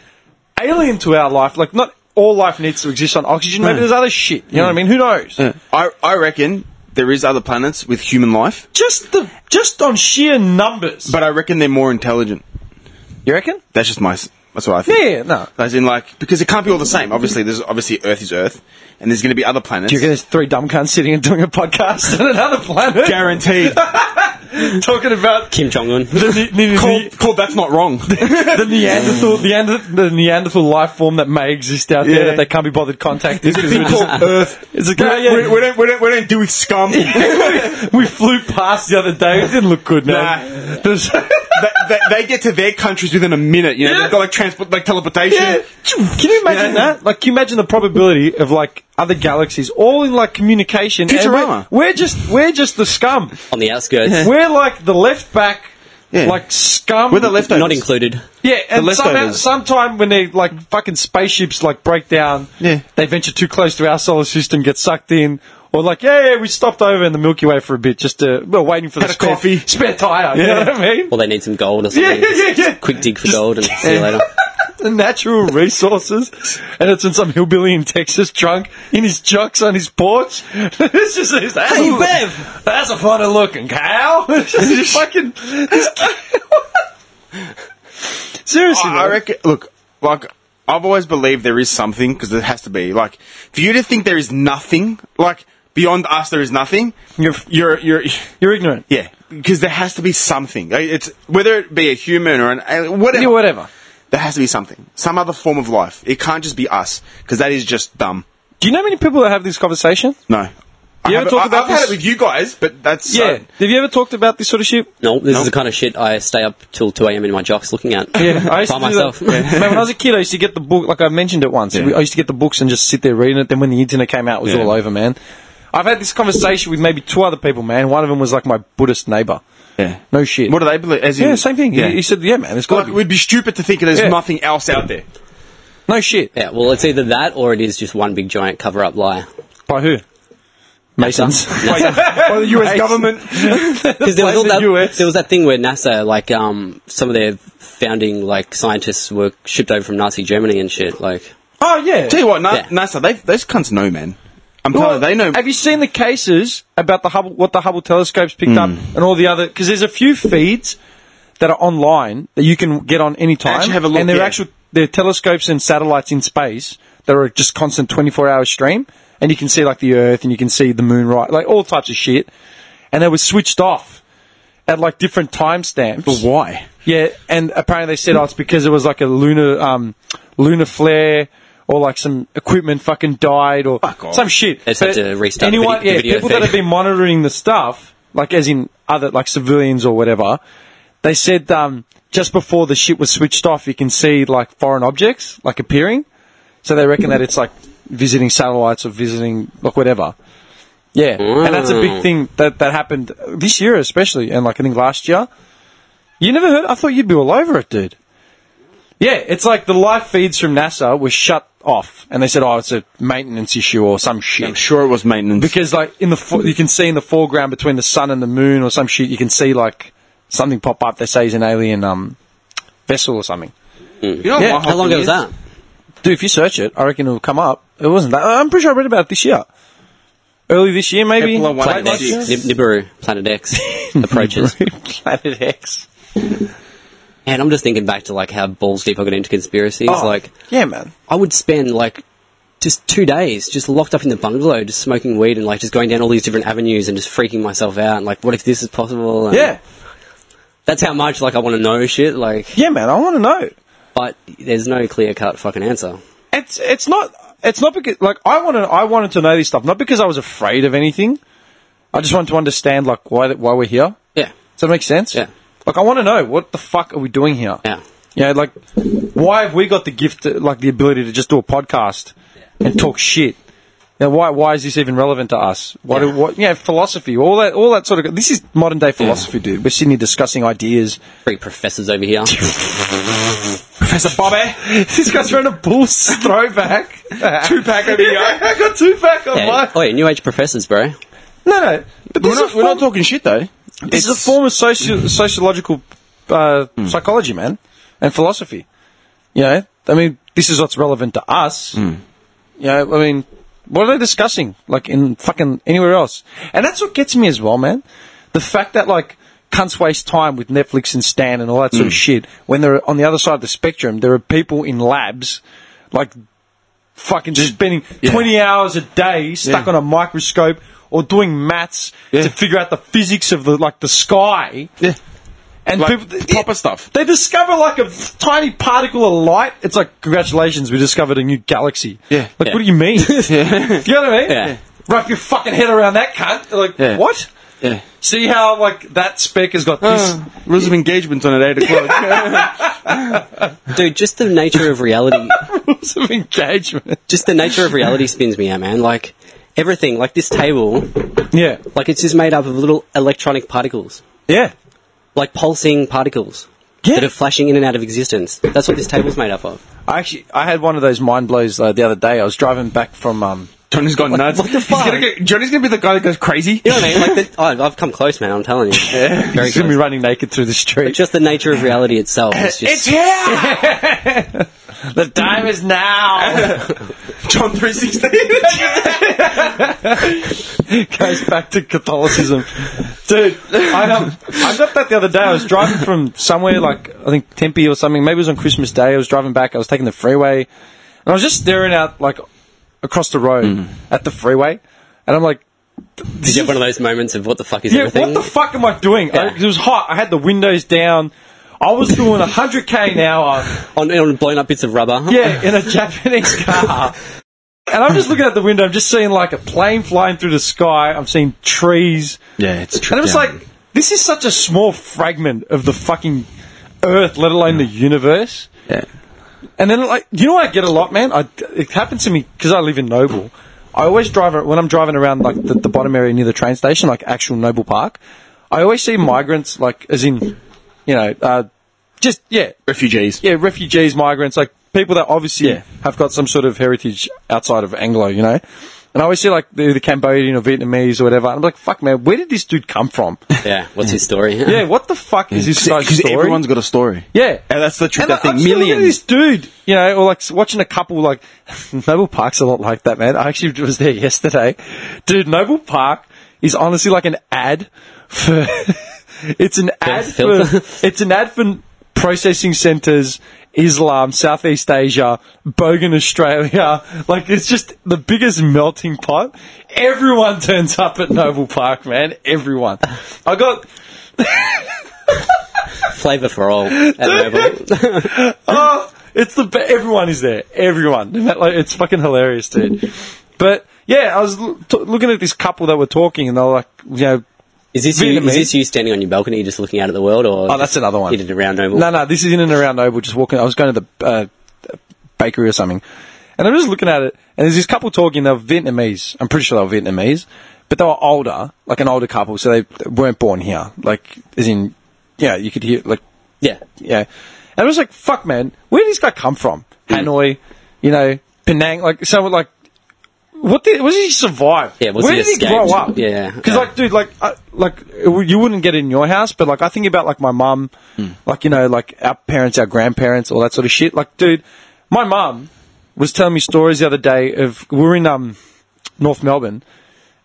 alien to our life, like not all life needs to exist on oxygen. Maybe
No.
there's other shit. You know what I mean? Who knows?
I, I reckon there is other planets with human life,
Just the just on sheer numbers.
but I reckon they're more intelligent.
you reckon?
That's just my. s- That's what I think.
Yeah, no.
As in, like, because it can't be all the same. Obviously, there's obviously Earth is Earth, and there's going to be other planets.
Do you reckon there's three dumb cunts sitting and doing a podcast [laughs] on another planet? [laughs]
Guaranteed.
talking [laughs] about
Kim Jong Un.
the, ne- ne- ne-
called, called that's
[laughs]
not wrong.
the
[laughs]
Neanderthal, the, Ander- the Neanderthal life form that may exist out
Yeah.
there that they can't be bothered contacting.
There's a thing called Earth.
It's a
We- we, we don't, we, don't, we don't do with scum. they,
[laughs] we flew past the other day. It didn't look good,
Nah.
man. There's- [laughs]
they, they get to their countries within a minute. You know,
Yeah.
they've got like transport, like teleportation.
Yeah. Can you imagine
Yeah.
that? Like, can you imagine the probability of like other galaxies all in like communication? and
Futurama.
We're, we're just we're just the
[laughs]
scum.
On the outskirts.
We're like the left back,
Yeah.
like scum.
We're the leftovers.
Not included.
Yeah, and somehow,
leftovers.
sometime when they like fucking spaceships like break down,
Yeah.
they venture too close to our solar system, get sucked in, or like, yeah, yeah, we stopped over in the Milky Way for a bit just to, we're waiting for
Had
the
a
spare,
coffee.
spare tire. You know
Yeah.
what I mean?
Well, they need some gold or
Yeah,
something.
yeah, yeah, yeah.
Quick dig for gold and see you later.
The natural resources, and it's in some hillbilly in Texas drunk in his jocks on his porch. [laughs] it's just it's, that's,
Hey,
a,
Bev.
that's a funny looking cow. [laughs] It's just fucking. [laughs] Seriously,
I, I
man.
reckon. Look, like I've always believed there is something because there has to be. Like for you to think there is nothing, like beyond us, there is nothing.
You're-
you're, you're,
you're ignorant.
yeah. Because there has to be something. Like, It's whether it be a human or an alien,
Yeah,
whatever.
whatever.
There has to be something, some other form of life. It can't just be us because that is just dumb.
Do you know how many people that have this conversation?
No. I
You ever
haven't-
talk
I-
about
I've had
this?
it with you guys, but that's
Yeah.
uh,
Have you ever talked about this sort of shit?
No, this is the kind of shit I stay up till 2 a.m. in my jocks looking at.
[laughs] I used
by
to do that.
myself.
Man, when I was a kid, I used to get the book. Like I mentioned it once,
Yeah.
I used to get the books and just sit there reading it. Then when the internet came out, it was
Yeah.
all over, man. I've had this conversation with maybe two other people, man. One of them was like my Buddhist neighbor.
Yeah.
No shit.
What do they believe? As in,
Yeah, same thing. He-
Yeah.
He, said, "Yeah, man, it's got
like,
to be
we'd be stupid to think there's
Yeah.
nothing else out there.
no shit."
Yeah, well, it's either that or it is just one big giant cover up lie.
By who? Masons. [laughs]
[laughs] By the US government.
Because there, was all
Blame the
that-
[laughs]
US.
there was that thing where NASA, like, um, some of their founding, like, scientists were shipped over from Nazi Germany and shit. Like,
oh yeah.
Tell you what, Na-
Yeah.
NASA, they, those cunts know, man. I'm telling you, they know.
Have you seen the cases about the Hubble, what the Hubble telescopes picked up,
Hmm.
and all the other? Because there's a few feeds that are online that you can get on any time,
Actually have a look,
and they're
yeah.
actual they're telescopes and satellites in space that are just constant 24 hour stream, and you can see like the Earth and you can see the Moon, right? Like all types of shit, and they were switched off at like different timestamps.
why?
Yeah, and apparently they said, oh, it's because it was like a lunar, um, lunar flare. Or like some equipment fucking died, or
Fuck off.
some shit.
They just had
But
to restart the
Anyone,
video- the
yeah,
video
people
feed.
that have been monitoring the stuff, like as in other like civilians or whatever, they said um, just before the shit was switched off, you can see like foreign objects like appearing. So they reckon that it's like visiting satellites or visiting like whatever. Yeah, and that's a big thing that that happened this year, especially, and like I think last year. You never heard? I thought you'd be all over it, dude. Yeah, it's like the live feeds from NASA were shut off, and they said, "Oh, it's a maintenance issue or some shit."
I'm sure it was maintenance.
because like in the fo- you can see in the foreground between the sun and the moon or some shit, you can see like something pop up. They say is an alien um, vessel or something.
you know what
Yeah.
my whole
how long ago
thing
was
is?
that?
Dude, if you search it, I reckon it'll come up. It wasn't that. I'm pretty sure I read about it this year, early this year, maybe.
Epsilon one
Planet
Planet
Planet
X.
X.
X.
Nib- Nibiru,
[laughs]
Planet X approaches.
Planet X.
and I'm just thinking back to, like, how balls deep I got into conspiracies.
Oh,
Like,
yeah, man.
I would spend like just two days just locked up in the bungalow, just smoking weed and like just going down all these different avenues and just freaking myself out. And like, what if this is possible? And
Yeah,
that's how much like I want to know shit. Like,
yeah, man. I want to know.
but there's no clear cut fucking answer.
It's it's not it's not because like I wanted I wanted to know this stuff not because I was afraid of anything. I just wanted to understand like why why we're here.
Yeah,
Does that make sense?
Yeah.
Like I want to know what the fuck are we doing here?
yeah.
Yeah, like why have we got the gift, like the ability to just do a podcast and talk shit? Now, why why is this even relevant to us? Why do
Yeah.
what? Yeah, philosophy, all that, all that sort of. This is modern [laughs] day philosophy, dude. We're sitting here discussing ideas.
Three professors over here.
Professor Bobby.
[laughs] this guy's wearing a Bulls throwback.
[laughs] Two pack over here.
Yeah, [laughs] I got two pack on
Yeah.
my.
Oi, new age professors, bro.
No, no. But
We're
this,
not,
is, a
we're
form,
not talking shit though.
this is a form of socio- sociological uh, psychology, man, and philosophy. You know, I mean, this is what's relevant to us. You know, I mean, what are they discussing? Like in fucking anywhere else? And that's what gets me as well, man. The fact that like cunts waste time with Netflix and Stan and all that sort of shit. When they're on the other side of the spectrum, there are people in labs, like fucking just spending 20 hours a day stuck
Yeah.
on a microscope or doing maths
Yeah.
to figure out the physics of the like the sky
Yeah.
and
Like, proper
yeah,
stuff.
They discover like a tiny particle of light. It's like congratulations, we discovered a new galaxy.
Yeah.
Like
Yeah.
what do you [laughs] mean? You know what I mean?
Yeah.
Wrap your fucking head around that cunt. Like
Yeah.
what?
Yeah.
See how like that spec has got this. [laughs]
Uh, rules of engagement on at 8 o'clock. [laughs]
Dude, just the nature of
[laughs]
reality.
rules of engagement.
just the nature of reality spins me out, man. Like everything, like this table,
Yeah,
like it's just made up of little electronic particles,
yeah,
like pulsing particles
yeah.
that are flashing in and out of existence. That's what this table's made up of.
I actually I had one of those mind blows uh, the other day. I was driving back from um,
Johnny's gone nuts.
what the
He's
fuck?
gonna go- Johnny's going to be the guy that goes crazy.
You know what I mean? Like, the, oh, I've come close, man. I'm telling you, very
He's gonna be
close.
running naked through the street.
Just the nature of reality itself is
It's
just
here!
the time is [laughs] now.
John 316.
[laughs] Goes back to Catholicism, dude. I, um, I got that the other day. I was driving from somewhere like I think Tempe or something. Maybe it was on Christmas Day. I was driving back. I was taking the freeway, and I was just staring out like across the road
Mm.
at the freeway, and I'm like,
did you have one of those moments of what the fuck is
Yeah,
everything?
what the fuck am I doing? I-
Yeah.
it was hot. I had the windows down. I was doing 100k an hour.
on, on blown up bits of rubber.
Yeah, in a Japanese car. And I'm just looking out the window. I'm just seeing like a plane flying through the sky. I'm seeing trees.
[laughs] yeah, it's true.
And I'm just like, this is such a small fragment of the fucking earth, let alone the universe.
yeah.
And then, like, you know what I get a lot, man? I, it happens to me because I live in Noble. I always drive, when I'm driving around, like, the, the bottom area near the train station, like actual Noble Park, I always see migrants, like, as in, you know, uh, just, yeah,
refugees.
yeah, refugees, migrants, like people that obviously
Yeah.
have got some sort of heritage outside of Anglo, you know. And I always see like the, the Cambodian or Vietnamese or whatever. And I'm like, fuck, man, where did this dude come from?
Yeah, What's his story?
yeah, what the fuck is this guy's
Because
story?
everyone's got a story.
yeah,
And that's the trick,
And
I think.
I'm just looking at
Millions.
this dude, you know, or like s- watching a couple like [laughs] Noble Park's a lot like that, man. I actually was there yesterday, dude. Noble Park is honestly like an ad for. [laughs] it's an ad
filter.
for. [laughs] It's an ad for processing centers. Islam, Southeast Asia, Bogan, Australia. [laughs] Like, it's just the biggest melting pot. Everyone turns up at Noble Park, man. Everyone. I got,
[laughs] Flavor for all.
[laughs]
At Noble.
Oh, [laughs] it's the be- everyone is there. Everyone. [laughs] Like, it's fucking hilarious, dude. But yeah, I was l- t- looking at this couple that were talking, and they're like, you know,
Is this you?
Vietnamese.
Is this you standing on your balcony, just looking out at the world, or
oh, that's another one.
Did it around Noble?
No, no, this is in and around Noble. Just walking. I was going to the uh, bakery or something, and I'm just looking at it. And there's this couple talking. They were Vietnamese. I'm pretty sure they were Vietnamese, but they were older, like an older couple, so they weren't born here. Like, as in, yeah, you could hear like
Yeah.
yeah. And I was like, fuck, man, where did this guy come from?
Hmm.
Hanoi, you know, Penang, like, someone like, what did, what did he survive?
Yeah, was
where
he
did he
escaped?
grow up?
Yeah.
Because,
Yeah.
like, dude, like, I, like, it w- you wouldn't get it in your house, but, like, I think about, like, my mum,
Hmm.
like, you know, like, our parents, our grandparents, all that sort of shit. Like, dude, my mum was telling me stories the other day of, we were in, um, North Melbourne,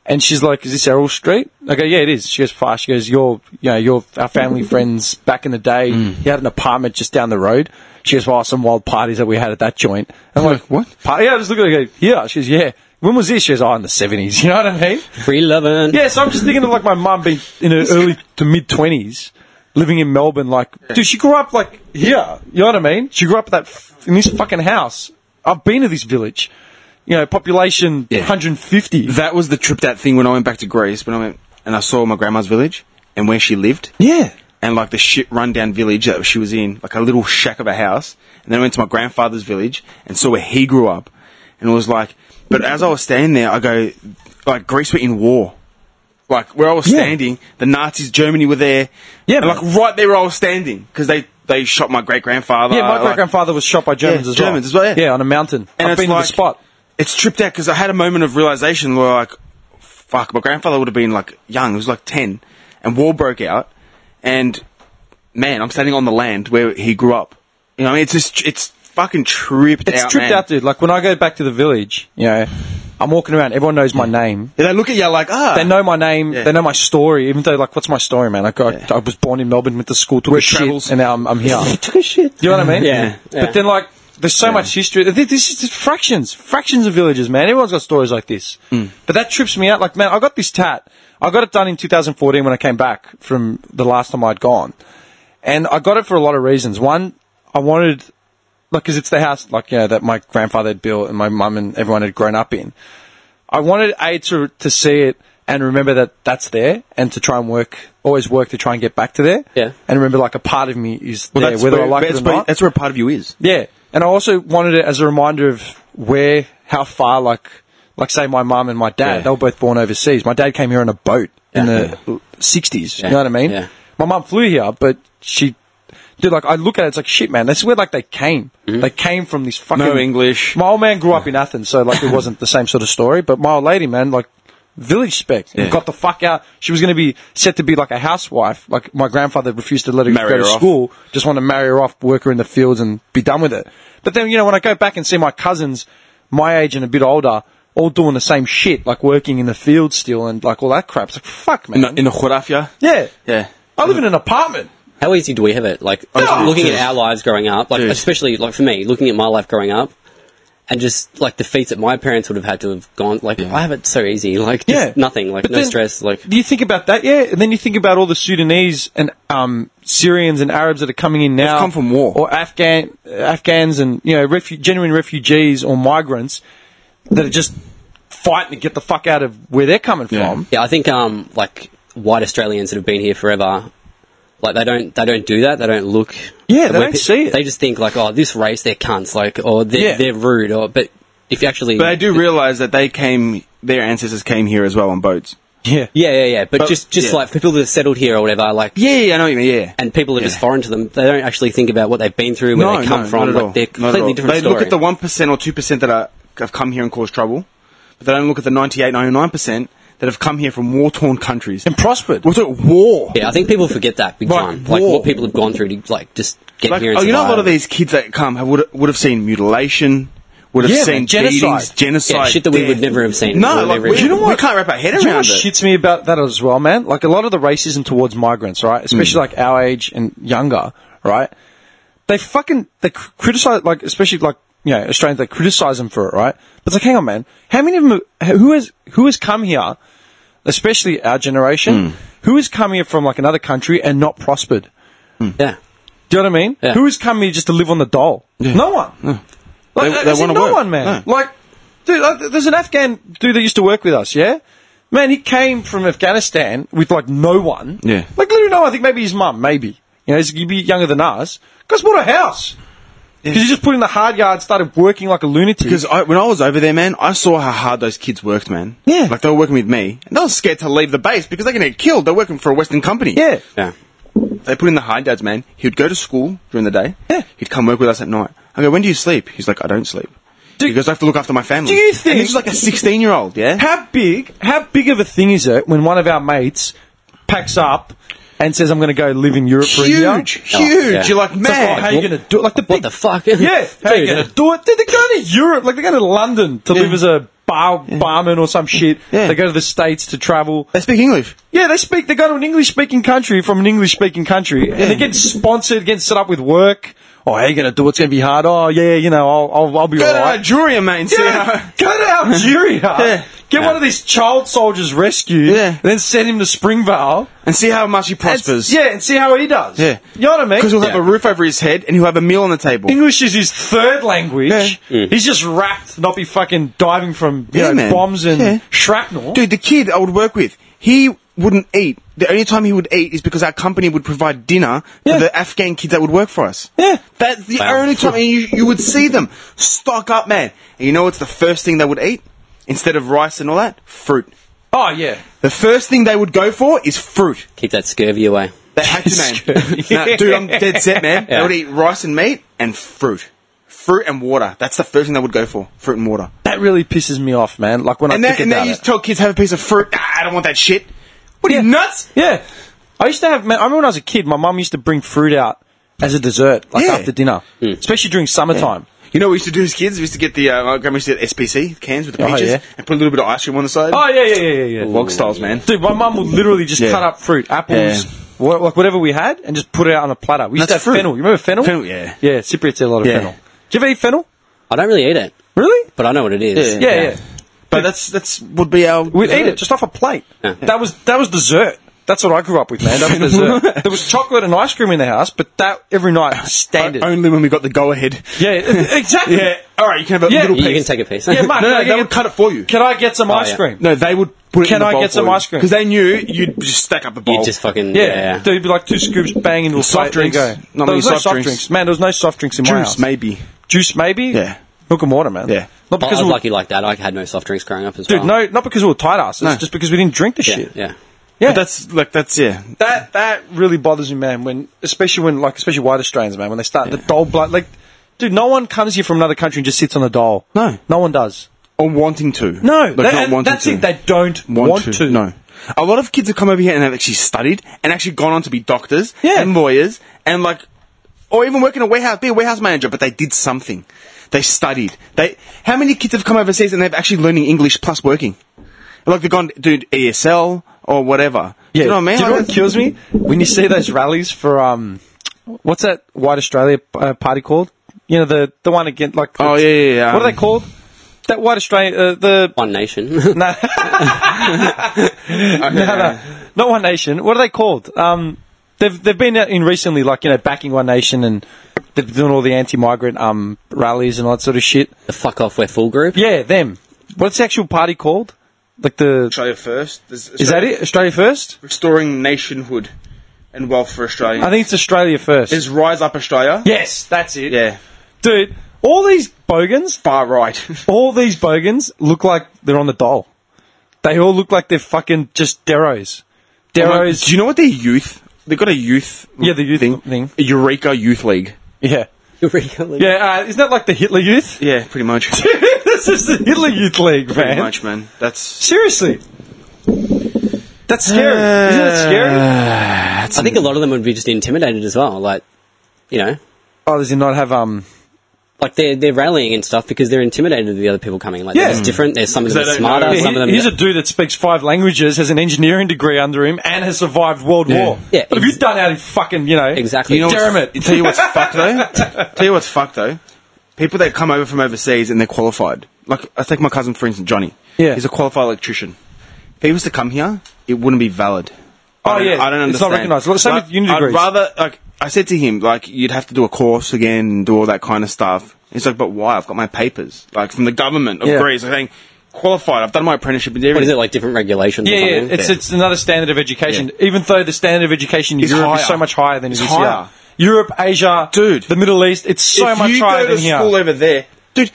and she's like, "Is this Errol Street?" I go, "Yeah, it is." She goes, "Far." She goes, "Your, you know, your our
[laughs]
family friends back in the day.
Hmm.
He had an apartment just down the road." She goes, "Wow, some wild parties that we had at that joint." I'm like,
What?
Party? Yeah, I just look at her. and Go, yeah. She goes, "Yeah." When was this? She goes, "Oh, in the '70s." [laughs] You know what I mean?
Free lovin'.
Yeah. So I'm just thinking of like my mum being in her early to mid 20s, living in Melbourne. Like, dude, she grew up like here. You know what I mean? She grew up at that f- in this fucking house. I've been to this village. You know, population
Yeah.
150.
That was the trip, that thing when I went back to Greece, when I went and I saw my grandma's village and where she lived.
yeah.
and like the shit rundown village that she was in, like a little shack of a house. And then I went to my grandfather's village and saw where he grew up, and it was like. But as I was standing there, I go, like Greece were in war. Like where I was
Yeah.
standing, the Nazis, Germany were there.
Yeah,
and,
man.
like right there where I was standing because they they shot my great grandfather.
yeah, my great grandfather was shot by Germans
Yeah,
as well.
Germans as well, yeah.
on a mountain.
And
I've
it's
been
like-
to the spot.
it's tripped out because I had a moment of realization where like, fuck, my grandfather would have been like young. He was like ten, and war broke out, and man, I'm standing on the land where he grew up. You know, what I mean, it's just it's fucking tripped
It's
out.
tripped
man.
out, dude. Like when I go back to the village, you know, I'm walking around. Everyone knows my name.
And they look at you like, ah,
They know my name.
Yeah.
They know my story. Even though, like, what's my story, man? Like, I, I was born in Melbourne, went to school, took a
travels.
shit, and now I'm, I'm
[laughs]
here.
shit.
You know what I mean?
Mm. Yeah, yeah.
But then, like, there's so much history. Th- This is just fractions, fractions of villages, man. Everyone's got stories like this.
Mm.
But that trips me out. Like, man, I got this tat. I got it done in 2014 when I came back from the last time I'd gone. And I got it for a lot of reasons. One, I wanted, like, because it's the house, like, you know, that my grandfather had built and my mum and everyone had grown up in. I wanted A to to see it and remember that that's there, and to try and work, always work to try and get back to there.
Yeah.
And remember, like a part of me is
Well,
there,
that's
whether
where,
I like it
that's
or
where-
not.
That's where part of you is.
yeah. And I also wanted it as a reminder of where, how far, like, like say my mum and my dad,
Yeah.
they were both born overseas. My dad came here on a boat in the sixties. You know what I mean?
Yeah.
My mum flew here, but she. Dude, like I look at it, it's like shit, man. That's where like they came. They came from this fucking
No English.
my old man grew up in Athens, so like it wasn't the same sort of story. But my old lady, man, like village spec,
Yeah.
got the fuck out. She was going to be set to be like a housewife. Like my grandfather refused to let her
Marry
go to
her off.
school. Just want to marry her off, work her in the fields, and be done with it. But then you know when I go back and see my cousins, my age and a bit older, all doing the same shit, like working in the field still and like all that crap. It's like fuck, man.
In, in the Khurafia?
yeah,
Yeah.
I live in an apartment.
How easy do we have it? Like
Oh,
looking
dude.
at our lives growing up, like
Dude.
especially like for me, looking at my life growing up, and just like the feats that my parents would have had to have gone. Like I have it so easy, like just
Yeah.
nothing, like
But
no
then-
stress, like
Do you think about that? Yeah, and then you think about all the Sudanese and um, Syrians and Arabs that are coming in now,
come from war.
or Afghan Afghans and you know refu- genuine refugees or migrants that are just fighting to get the fuck out of where they're coming
Yeah.
from.
yeah. I think um like white Australians that have been here forever, like they don't they don't do that. They don't look.
Yeah,
the
they
way
don't
pe-
see it.
They just think like, oh, this race, they're cunts, like or they're
Yeah.
they're rude, or but if you actually,
But I do realize that they came, their ancestors came here as well on boats.
Yeah,
yeah, yeah, yeah. But,
But-
just just
yeah.
like people that have settled here or whatever, like
Yeah, yeah, I know what you mean, yeah.
and people that are
Yeah.
just foreign to them, they don't actually think about what they've been through, where they come
not
from.
at all.
Like, they're
Not at all.
completely different
They
story.
look at the 1% or 2% that are, have come here and caused trouble, but they don't look at the 98, 99% that have come here from war-torn countries.
and prospered.
What's it? War.
yeah, I think people forget that big
Like,
time. Like
war.
what people have gone through to like just get
Like,
here. And
oh, you know, a
survive.
lot of these kids that come have, would, would have seen mutilation, would have
Yeah,
seen
man, genocide.
beatings, genocide,
Yeah, shit that we
death.
would never have seen.
No,
We would
like,
never
we,
have-
you know what? we can't wrap our head
Do you know
around
what
it.
shits me about that as well, man? Like a lot of the racism towards migrants, right? Especially
Hmm.
like our age and younger, right? They fucking they cr- criticize like especially like you know Australians. They criticize them for it, right? But it's like, hang on, man. How many of them? Who has who has come here? Especially our
Hmm.
generation, who has come here from like another country and not prospered?
yeah.
Do you know what I mean?
Yeah.
Who has come here just to live on the dole? No one. Like,
They-
I- I
they
said
wanna
no
work.
one, man.
No.
Like, dude, like, there's an Afghan dude that used to work with us, yeah? Man, he came from Afghanistan with, like, no one.
Yeah.
Like, literally no one. I think maybe his mum, maybe. You know, he's- he'd be younger than us. Because bought a house. Because he just put in the hard yard, started working like a lunatic.
Because I, when I was over there, man, I saw how hard those kids worked, man.
Yeah.
Like, they were working with me. And they were scared to leave the base because they can get killed. They're working for a Western company.
yeah.
Yeah.
They put in the hard dads, man. He would go to school during the day.
Yeah.
He'd come work with us at night. I go, when do you sleep? He's like, I don't sleep.
Do-
he goes, I have to look after my family.
Do you
And
think-
this is like a 16 year old, yeah?
How big, how big of a thing is it when one of our mates packs up and says, I'm going to go live in Europe for a year?
Huge,
Yeah.
huge.
Yeah.
Oh, You're like,
It's like,
man.
oh, how you going to do it? Like the
What
big-
the fuck?
Yeah, how you
Dude,
gonna do it? Dude, they go to Europe, like they go to London to live as a bar barman or some shit.
Yeah.
They go to the states to travel.
They speak English.
Yeah, they speak. They go to an English-speaking country from an English-speaking country, and they get sponsored, get set up with work. Oh, how you gonna do? it? It's gonna be hard. Oh, yeah, you know, I'll I'll, I'll be
Go to
alright.
Nigeria, mate. and see how-
Yeah, go to Algeria.
Yeah.
Get one of these child soldiers rescued,
Yeah.
and then send him to Springvale.
and see how much he
And,
prospers.
yeah, and see how he does.
Yeah.
you know what I mean?
Because he'll have
Yeah.
a roof over his head and he'll have a meal on the table.
English is his third language.
Yeah.
He's just wrapped, not be fucking diving from you
Yeah,
know,
man.
bombs and
Yeah.
shrapnel.
Dude, the kid I would work with, he wouldn't eat. The only time he would eat is because our company would provide dinner
Yeah.
for the Afghan kids that would work for us.
Yeah.
That's the
Wow.
only time and you, you would see them stock up, man. And you know what's the first thing they would eat? Instead of rice and all that? Fruit.
Oh yeah,
The first thing they would go for is fruit.
Keep that scurvy away.
They had to name. [laughs] nah, dude, I'm dead set, man. They would eat rice and meat and fruit. Fruit and water. That's the first thing they would go for. Fruit and water.
That really pisses me off, man. Like when
And
I
then,
think
and
about
then you
it.
tell kids have a piece of fruit. Ah, I don't want that shit. What are you nuts?
Yeah. I used to have, man, I remember when I was a kid, my mum used to bring fruit out as a dessert, like
Yeah.
after dinner,
Mm.
especially during summertime.
You know what we used to do as kids? We used to get the uh, my grandma used to get SPC cans with the
Oh,
peaches
yeah.
and put a little bit of ice cream on the side.
Oh, yeah, yeah, yeah, yeah, yeah.
Log styles, man.
Dude, my mum would literally just
Yeah.
cut up fruit, apples,
Yeah.
wha- like whatever we had, and just put it out on a platter. We used to
That's
have
fruit.
fennel. You remember fennel?
Fennel, yeah.
Yeah, Cypriots eat a lot of
Yeah.
fennel. Do you ever eat fennel?
I don't really eat it,
Really?
but I know what it is.
Yeah, yeah.
But that's that's would be our uh,
We'd eat it just off a plate.
Yeah.
That was that was dessert. That's what I grew up with, man. That
[laughs]
was dessert. there was chocolate and ice cream in the house, but that every
[laughs]
night standard.
only when we got the go ahead.
yeah, e-, exactly.
All right, you can have a
Yeah.
little
You
piece.
can take a piece.
Yeah, Mark,
no, no,
can I
they
get-
would cut it for you.
Can I get some ice
yeah.
cream?
Oh, No, they would put it
Can
in the
I
bowl
get some ice cream?
Because they knew you'd just stack up the
[laughs]
bowl.
You just fucking
Yeah.
yeah.
Dude, it'd be like two scoops bang into a
Soft
plate, there you
drinks.
go.
Not
there
many
was no
soft
soft drinks.
drinks.
Man, there was no soft drinks in my house.
juice, maybe.
Juice maybe?
Yeah.
Milk and water, man.
Yeah.
Not
I
because
I was
we were,
lucky like that. I had no soft drinks growing up as
dude,
well.
no, not because we were tight asses,
No.
just because we didn't drink the
Yeah,
shit.
yeah.
Yeah.
But that's like that's yeah.
that that really bothers me, man. When especially when like especially white Australians, man, when they start the dole blood, like, dude, no one comes here from another country and just sits on a dole.
No.
no one does.
Or wanting to.
No,
Like
that-
not
and
wanting
that's
to.
it. They don't want, to.
No. A lot of kids have come over here and have actually studied and actually gone on to be doctors
Yeah.
and lawyers and like, or even work in a warehouse, be a warehouse manager, but they did something. They studied. They, how many kids have come overseas and they've actually learning English plus working? Like they've gone, dude, ESL or whatever. Do
Yeah.
you know what I mean?
Do you know
Like,
what kills me when you see those rallies for um, what's that white Australia uh, party called? You know the the one again like
Oh,
it's-
yeah, yeah, yeah,
What are
um,
they called? That white Australia uh, the
One Nation. [laughs]
no. no, no, not One Nation. What are they called? Um, they've they've been out in recently, like you know, backing One Nation and they've been doing all the anti-migrant um rallies and all that sort of shit.
the fuck off, we're full group. [laughs]
Yeah, them. What's the actual party called? Like the
Australia first. There's
is that
Australia-
it? Australia first?
Restoring nationhood and wealth for Australia.
I think it's Australia first.
There's Rise Up Australia.
yes, that's it.
Yeah.
dude. All these bogans,
Far right. [laughs]
all these bogans look like they're on the dole. They all look like they're fucking just deros.
Oh
Deros.
Do you know what their youth? They've got a youth.
Yeah, the youth thing.
Eureka Youth League.
yeah.
yeah.
Yeah, uh, isn't that like the Hitler Youth? [laughs]
[laughs] Yeah, pretty much.
this is the Hitler Youth League,
pretty
man.
much, man. That's
Seriously. That's scary. Isn't it
Uh.
scary?
I think a lot of them would be just intimidated as well. Like, you know,
Oh, does he not have um
like they're they're rallying and stuff because they're intimidated of the other people coming. Like,
Yeah.
they're just different. There's some of them are
Because they don't
smarter.
know.
he-
Some of them.
he's a dude that speaks five languages, has an engineering degree under him, and has survived World War.
Yeah,
But if
ex-
you've done out in fucking, you know
Exactly. You know
Damn
what's-
it.
Tell you what's fucked though.
[laughs]
Tell you what's fucked though. People that come over from overseas and they're qualified. Like I take my cousin for instance, Johnny.
Yeah.
He's a qualified electrician. If he was to come here, it wouldn't be valid.
Oh,
I don't-
yeah.
I don't understand.
It's not recognised. Well, same
Like,
with uni
I'd
degrees.
rather like I said to him, like you'd have to do a course again and do all that kind of stuff. He's like, but why? I've got my papers, like from the government of
Yeah.
Greece. I'm saying, qualified. I've done my apprenticeship and
What
everything.
is it like? Different regulations.
Yeah,
or
yeah,
something?
it's it's another standard of education. Even though the standard of education in
It's
Europe is
higher.
so much higher than it
It's
is
higher.
here. Europe, Asia,
Dude.
the Middle East, it's so
if
much
you
higher
go to
than here.
school over there, dude,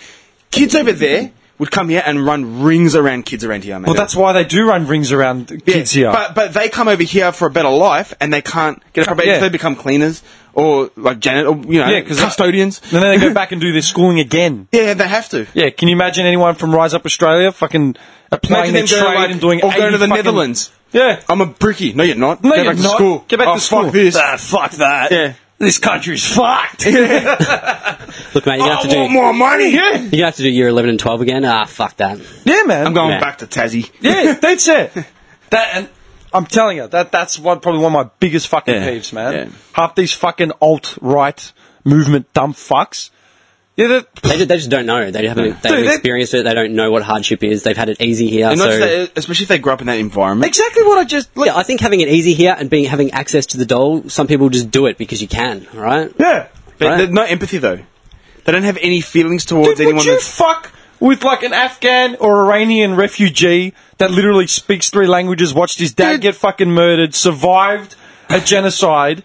kids over there would come here and run rings around kids around here, man.
Well, that's why they do run rings around
Yeah,
kids here.
But but they come over here for a better life, and they can't get a probation.
Yeah.
They become cleaners or like janitor, or, you know,
Yeah, 'cause-
custodians.
and then they go back and do their schooling again.
[laughs] yeah, they have to.
Yeah, can you imagine anyone from Rise Up Australia fucking applying
Imagine
their
them
trade
going, like,
and doing
or going
80
to the
fucking-
Netherlands.
Yeah.
I'm a bricky. No, you're not.
No,
Get
you're
back to
not.
school.
Get back
Oh,
to school.
Fuck this.
Ah, fuck that.
Yeah.
This country's
[laughs]
fucked.
Look, mate, you're gonna
I
Oh,
have to do.
want more money.
[laughs] yeah.
You're gonna have to do year eleven and twelve again. Ah, fuck that.
Yeah, man.
I'm going
Yeah.
back to Tassie.
yeah,
[laughs]
that's it. That and I'm telling you, that that's one probably one of my biggest fucking
Yeah.
peeves, man.
Yeah.
Half these fucking alt right movement dumb fucks. Yeah, they're-
They, ju- they just don't know. They haven't. They
Dude,
haven't
they-
experienced it. They don't know what hardship is. They've had it easy here.
And not
so
just that, especially if they grow up in that environment.
exactly what I just. Look,
yeah, I think having it easy here and being having access to the doll, some people just do it because you can, right?
yeah.
They-
Right.
they're No empathy though. They don't have any feelings towards
Dude, would
anyone.
you
That's,
fuck with like an Afghan or Iranian refugee that literally speaks three languages, watched his dad
Dude.
get fucking murdered, survived a genocide?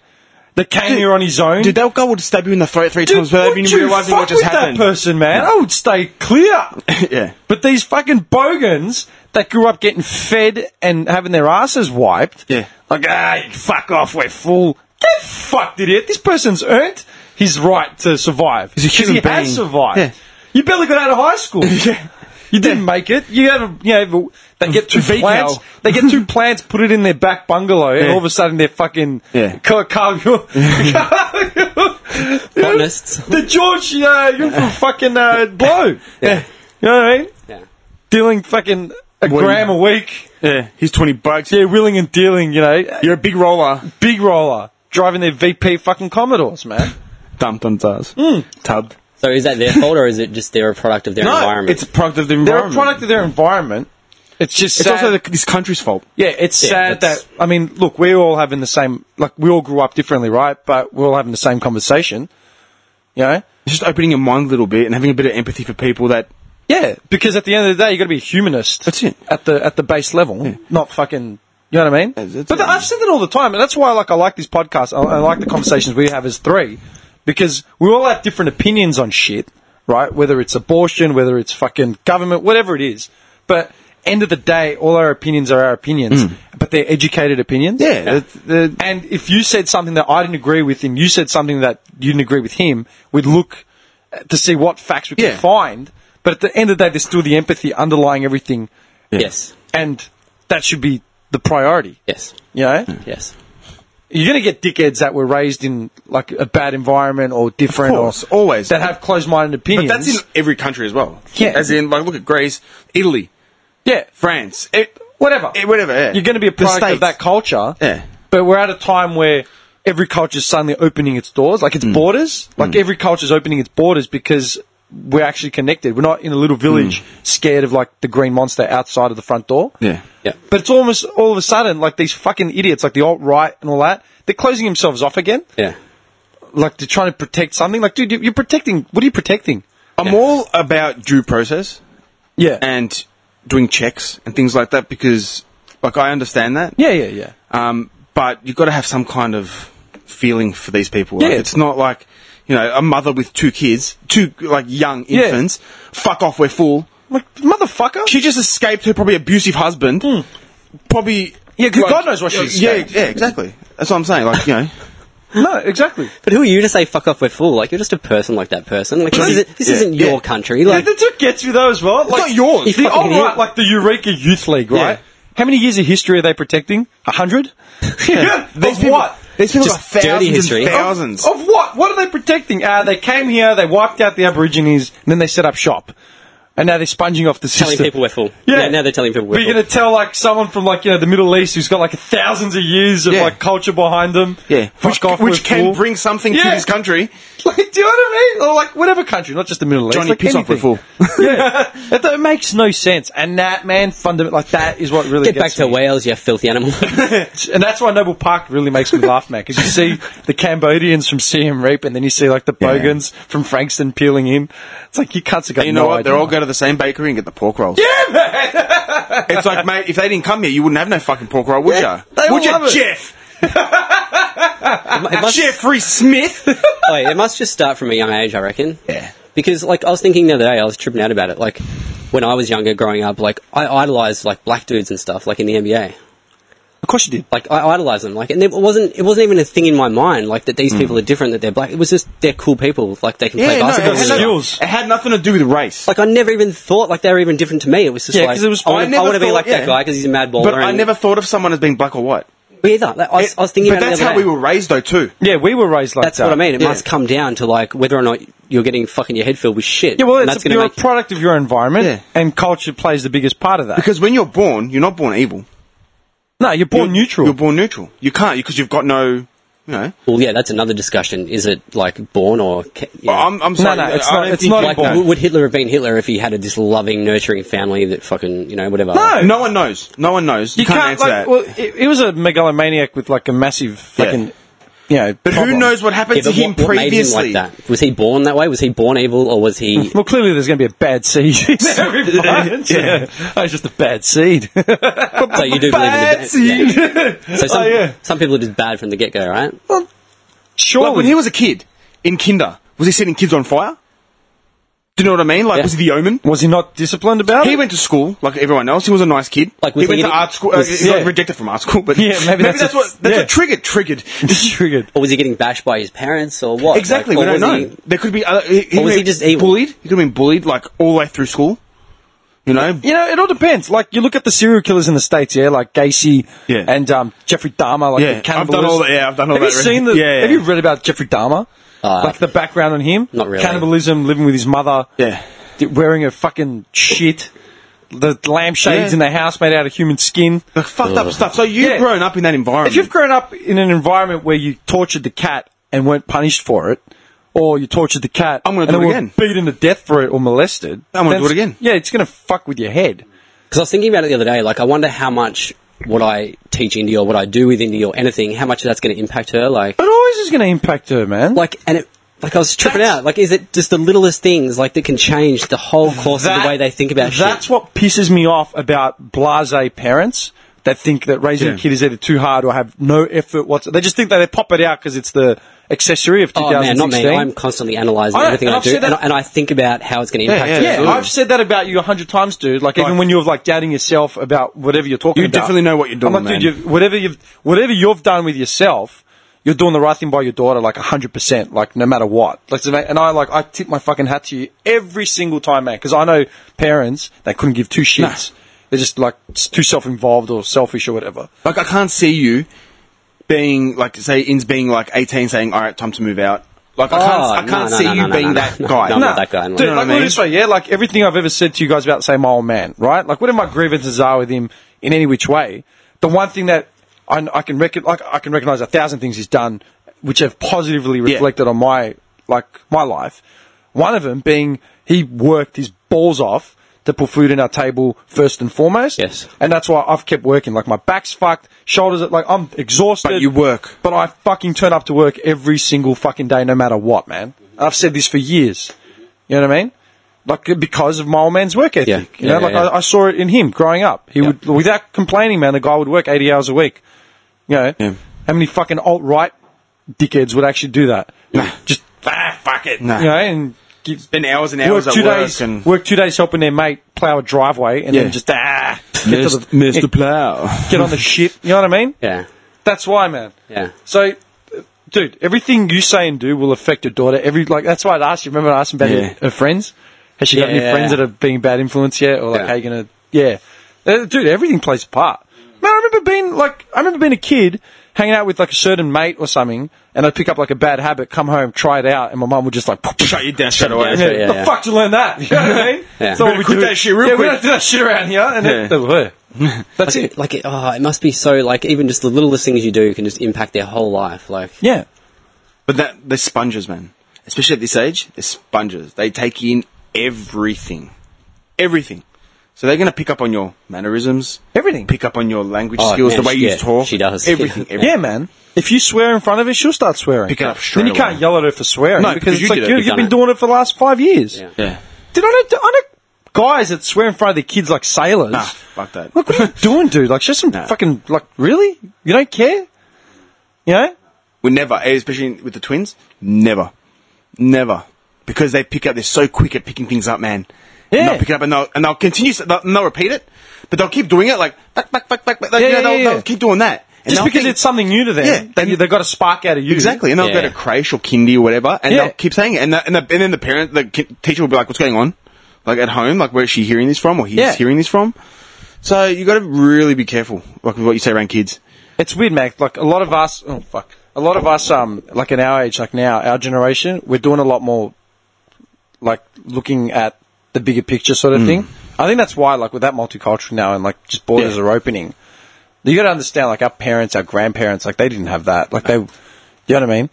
that came here on his own.
Dude, that guy would stab you in the throat three
Dude,
times without
would
even
you
realizing
fuck
what just
with
happened.
that person, man? I would stay clear.
[laughs] Yeah.
But these fucking bogans that grew up getting fed and having their asses wiped,
Yeah.
like, ah, fuck off, we're full. Get fucked, idiot. This person's earned his right to survive.
He's a
'Cause
human
he
being.
has survived.
Yeah.
You barely got out of high
[laughs]
school. You didn't make it. You had, a, you know, they get two
Vegan.
plants. They get
[laughs]
two plants, put it in their back bungalow, and
Yeah.
all of a sudden they're fucking
Yeah.
[laughs] Car- Carl Jung-
Botanists.
the George uh, Jung from fucking uh, Blow.
Yeah.
You know what I mean?
Yeah.
Dealing fucking a
What do you-
gram a week.
Yeah. He's 20 bucks.
Yeah, willing and dealing, you know.
You're a big roller.
Big roller. Driving their VP fucking Commodores, man.
Dumped on Taz. Tubbed.
So is that their fault or is it just they're a product of their environment?
It's a product of the
They're a
environment.
product of their environment. It's just
it's
sad.
also the, this country's fault.
yeah, it's
Yeah,
sad
that's-
that I mean, look, we're all having the same like we all grew up differently, right? But we're all having the same conversation. You know?
It's just opening your mind a little bit and having a bit of empathy for people that.
Yeah, because at the end of the day, you got to be a humanist.
That's it.
At the at the base level, not fucking. You know what I mean?
That's- that's
but
it.
I've said that all the time, and that's why like I like this podcast. I, I like the conversations we have as three because we all have different opinions on shit, right? Whether it's abortion, whether it's fucking government, whatever it is. But end of the day, all our opinions are our opinions, but they're educated opinions.
Mm. Yeah, they're- they're-
And if you said something that I didn't agree with, and you said something that you didn't agree with him, we'd look uh, to see what facts we could
Yeah.
find. But at the end of the day, there's still the empathy underlying everything,
yes.
and that should be the priority.
Yes.
You know,
Yes.
you're going to get dickheads that were raised in like a bad environment or different,
course,
or
always.
that have closed-minded
But
opinions.
that's in every country as well.
Yeah.
As in, like, look at Greece, Italy,
yeah,
France. e- It,
whatever,
it- whatever, yeah.
You're going to be a
The
product of
States.
that culture.
Yeah.
But we're at a time where every culture's suddenly opening its doors, like its
Mm.
borders. Like every culture's opening its borders because we're actually connected. We're not in a little
Mm.
village scared of like the green monster outside of the front door.
Yeah.
Yeah.
But it's almost all of a sudden like these fucking idiots, like the alt right and all that, they're closing themselves off again.
Yeah.
Like they're trying to protect something. Like, dude, you- you're protecting. What are you protecting?
I'm all about due process
Yeah.
and doing checks and things like that because, like, I understand that.
yeah, yeah, yeah.
Um, but you've got to have some kind of feeling for these people. Like,
Yeah.
It's not like, you know, a mother with two kids, two, like, young
Yeah.
infants, fuck off, we're full.
Like, motherfucker.
She just escaped her probably abusive husband. Probably.
Hmm. Yeah, 'cause God knows why she
Yeah,
escaped.
yeah, exactly. That's what I'm saying. Like, you
[laughs]
know.
no, exactly.
But who are you to say fuck off? We're full. Like you're just a person like that person. Like this
Right.
isn't, this
Yeah.
isn't your
Yeah.
country. Like
that's what gets me though as well. Like,
not yours. You
The,
fucking
all
idiot.
right, like the Eureka Youth League, right?
Yeah.
How many years of history are they protecting? A
[laughs]
hundred?
These
of
people-
what?
These people
Just
are thousands
dirty
and
history. Of-
thousands.
Of what? What are they protecting? Uh, they came here, they wiped out the Aborigines, and then they set up shop. And now they're sponging off the
telling
system.
people we're full.
Yeah.
Now they're telling people
But
we're
you're
full.
going to tell like someone from like you know the Middle East who's got like thousands of years of
Yeah.
like culture behind them.
yeah.
Fuck
Which,
off,
which
we're
can
full.
bring something to
Yeah.
this country.
[laughs] Like, do you know what I mean? Or like whatever country, not just the Middle East.
Johnny,
like
piss off, we're
anything. [laughs] yeah, that, that makes no sense. And that man, fundament like that is what really
Get back
gets
to
me.
Wales, you filthy animal.
[laughs] And that's why Noble Park really makes me laugh, man. Because you see the Cambodians from Siem Reap, and then you see like the
Yeah.
Bogans from Frankston peeling in. It's like you cunts have got
And you know
no
what?
idea. [laughs]
They're all go to the same bakery and get the pork rolls.
yeah, man.
It's like, mate, if they didn't come here, you wouldn't have no fucking pork roll, would
Yeah,
you?
they all
would you,
love it.
Jeff?
it must,
[laughs]
Jeffrey Smith?
[laughs] Wait, it must just start from a young age, I reckon.
Yeah.
Because, like, I was thinking the other day, I was tripping out about it. Like, when I was younger, growing up, like, I idolized, like, black dudes and stuff, like, in the NBA.
Of course you did.
Like, I idolized them. Like, and it wasn't, it wasn't even a thing in my mind, like, that these people are different, that they're black. It was just, they're cool people. Like, they can play
Yeah, no,
basketball.
it
got
and
had,
stuff.
skills.
it had nothing to do with race.
Like, I never even thought, like, they were even different to me. It was just
Yeah,
like,
'cause it was-
I
I
want to
never
be
thought-
like that
yeah.
guy because he's a mad baller.
but I
and-
never thought of someone as being black or white.
Me either. Like, I, was, I was thinking
but
about it
that's
the
how
other
we
day.
were raised, though, too.
Yeah, we were raised like
That's
that.
what I mean. It
Yeah.
must come down to, like, whether or not you're getting fucking your head filled with shit.
Yeah, well,
And
it's,
gonna
you're a
make-
product of your environment,
Yeah.
and culture plays the biggest part of that.
Because when you're born, you're not born evil.
no, you're born
You're-
neutral.
You're born neutral. You can't, because you've got no, you know.
Well, yeah, that's another discussion. Is it like born or? ca- You know,
I'm, I'm sorry.
no, it's
I
not-
don't
it's
think
not
you-
like,
born.
w- would Hitler have been Hitler if he had a, this loving, nurturing family that fucking you know whatever?
No.
No one knows. No one knows. You, can't, answer
like,
that.
Well, it, it was a megalomaniac with like a massive
Yeah.
fucking, you know.
but who
problem.
knows what happened
Yeah,
to
but
him
what, what made him
previously?
like that? Was he born that way? Was he born evil, or was
[laughs]
he?
Well, clearly there's going to be a bad seed. yeah. yeah, oh, it's just a bad seed.
so you do believe in the
bad
yeah.
seed. [laughs]
So some,
Oh, yeah.
some people are just bad from the get go, right?
Well, Surely.
Like when he was a kid in kinder, was he setting kids on fire? Do you know what I mean? Like,
Yeah.
was he the omen?
was he not disciplined about [laughs]
He
it?
went to school like everyone else. He was a nice kid.
Like, we
he went
think
to
he-
art school. Uh,
was-
he got
yeah.
rejected from
[laughs]
art school, but
Yeah, maybe that's
that's
a-
what that's
yeah.
what triggered. Triggered.
triggered.
Or was he getting bashed by his parents or what?
exactly.
Like,
we
or
don't know.
was he-
There could be. Other, he,
Or was
may-
he just evil?
bullied? He could have been bullied like all the way through school. You know.
You know, it all depends. Like, you look at the serial killers in the States, yeah? Like Gacy
Yeah.
and um, Jeffrey Dahmer, like
Yeah.
the
I've
cannibal.
done all that- yeah, I've done all
have
that
You
already.
seen the,
Yeah, yeah.
Have you read about Jeffrey Dahmer?
Uh,
like, the background on him?
not really.
Cannibalism, living with his mother.
Yeah.
d- Wearing her fucking shit. The lampshades
Yeah.
in the house made out of human skin.
Like fucked up stuff. So you've
Yeah.
grown up in that environment.
If you've grown up in an environment where you tortured the cat and weren't punished for it, or you tortured the cat
I'm gonna
and
do it
were
again.
beaten to death for it or molested,
I'm gonna
then
do
it's-
it again.
Yeah, it's going to fuck with your head.
Because I was thinking about it the other day. Like, I wonder how much what I teach Indy or what I do with Indy or anything, how much that's going to impact her. Like,
It always is going to impact her, man.
like, and it, like I was tripping
That's-
out. Like, is it just the littlest things like that can change the whole course of the way they think about
That's
shit?
what pisses me off about blase parents that think that raising
Yeah.
a kid is either too hard or have no effort whatsoever. They just think that they pop it out because it's the accessory of
Oh man,
2016.
not me. I'm constantly analysing
I know,
everything
and
I
I've
do,
said
and, I,
that-
and I think about how it's going to impact.
yeah,
her.
yeah,
absolutely.
I've said that about you a hundred times, dude. Like, even
Like-
when you're like doubting yourself about whatever you're talking
You
about,
definitely know what you're doing,
I'm like,
man.
dude, you've, whatever you've whatever you've done with yourself, you're doing the right thing by your daughter, like hundred percent, like no matter what. Like, so, mate, and I like I tip my fucking hat to you every single time, man, because I know parents they couldn't give two shits. They're just like s- too self-involved or selfish or whatever.
Like I can't see you being like say ins being like eighteen saying, All right, time to move out. Like I can't
Oh,
I can't
no, no,
see
no,
you
no,
being
no,
that
no,
guy.
no, I'm not that guy.
Dude,
You
know
like,
what I
put it
mean?
this way, yeah, like everything I've ever said to you guys about the same old man, right? Like, whatever my grievances are with him in any which way, the one thing that I, I can reckon, like, I can recognize a thousand things he's done, which have positively reflected on my, like, my life. One of them being he worked his balls off to put food in our table first and foremost.
Yes.
And that's why I've kept working. Like, my back's fucked, shoulders, are- like, I'm exhausted.
But you work.
But I fucking turn up to work every single fucking day, no matter what, man. And I've said this for years. You know what I mean? Like because of my old man's work ethic.
Yeah.
You
Yeah,
know,
yeah,
like
yeah.
I, I saw it in him growing up. He would, without complaining, man, the guy would work eighty hours a week. You know,
Yeah.
how many fucking alt right dickheads would actually do that? Just ah, fuck it.
Nah.
You know, and give,
Spend hours and
work
hours
two
at work
days,
and
work two days helping their mate plow a driveway, and
Yeah.
then just ah, get, to
Mr.
the,
Plow.
get
[laughs]
on the shit. You know what I mean?
Yeah,
That's why, man.
yeah.
So, uh, dude, everything you say and do will affect your daughter. Every like that's why I asked you. Remember, I asked about
Yeah.
her, her friends. Has she got
Yeah,
any
yeah,
friends
yeah.
that are being bad influence yet, or like
Yeah.
how you gonna? Yeah, Uh, dude, everything plays a part. Man, I remember being like, I remember being a kid hanging out with like a certain mate or something, and I'd pick up like a bad habit, come home, try it out, and my mum would just like.
Shut you down straight
Yeah,
away.
down. yeah,
the
yeah.
fuck to learn that? [laughs] You know what I mean?
Yeah.
So
Better
we
quit
do
that
it-
shit real
yeah,
quick.
we don't do that shit around here. And
Yeah.
it- that-
[laughs]
that's
Like,
it.
like it, oh, it must be so. Like, even just the littlest things you do can just impact their whole life. Like,
Yeah.
But that they're sponges, man. Especially at this age, they're sponges. They take in everything. Everything. So they're gonna pick up on your mannerisms.
Everything.
Pick up on your language
Oh,
skills,
man,
the way
she-
you
yeah,
talk.
she does.
Everything, everything.
Yeah, man. If you swear in front of her, she'll start swearing.
Pick it up straight
Then you can't
away.
yell at her for swearing
No,
because,
because you
it's like
did it.
you,
You've
you've
done
been
it.
doing it for the last five years.
Yeah.
Yeah.
Dude, I know, I know guys that swear in front of their kids like sailors.
Nah, fuck that.
Look,
[laughs]
what are you doing, dude? Like, just some
Nah.
fucking like, really? You don't care? You know?
We never, eh, especially with the twins, never, never, because they pick up. They're so quick at picking things up, man. And
Yeah.
they'll pick it up and they'll and they'll continue. They'll, and they'll repeat it, but they'll keep doing it like back, back, back, back, back. Like,
Yeah,
you know,
yeah,
they'll,
yeah, yeah.
they'll keep doing that. And
Just
they'll
because
think-
it's something new to them,
Yeah.
they, they've got a spark out of you.
exactly, and they'll
Yeah.
go to creche or kindy or whatever, and
Yeah.
they'll keep saying it. And, the, and, the, and then the parent, the ki- teacher will be like, "What's going on? Like at home? Like where is she hearing this from, or he's
Yeah.
hearing this from?" So you got to really be careful, like with what you say around kids.
It's weird, man. Like a lot of us, oh fuck, a lot of us, um, like in our age, like now, our generation, we're doing a lot more, like looking at the bigger picture sort
Mm.
of thing. I think that's why, like, with that multicultural now, and like just borders
Yeah.
are opening. You got to understand, like our parents, our grandparents, like they didn't have that. Like they, you know what I mean?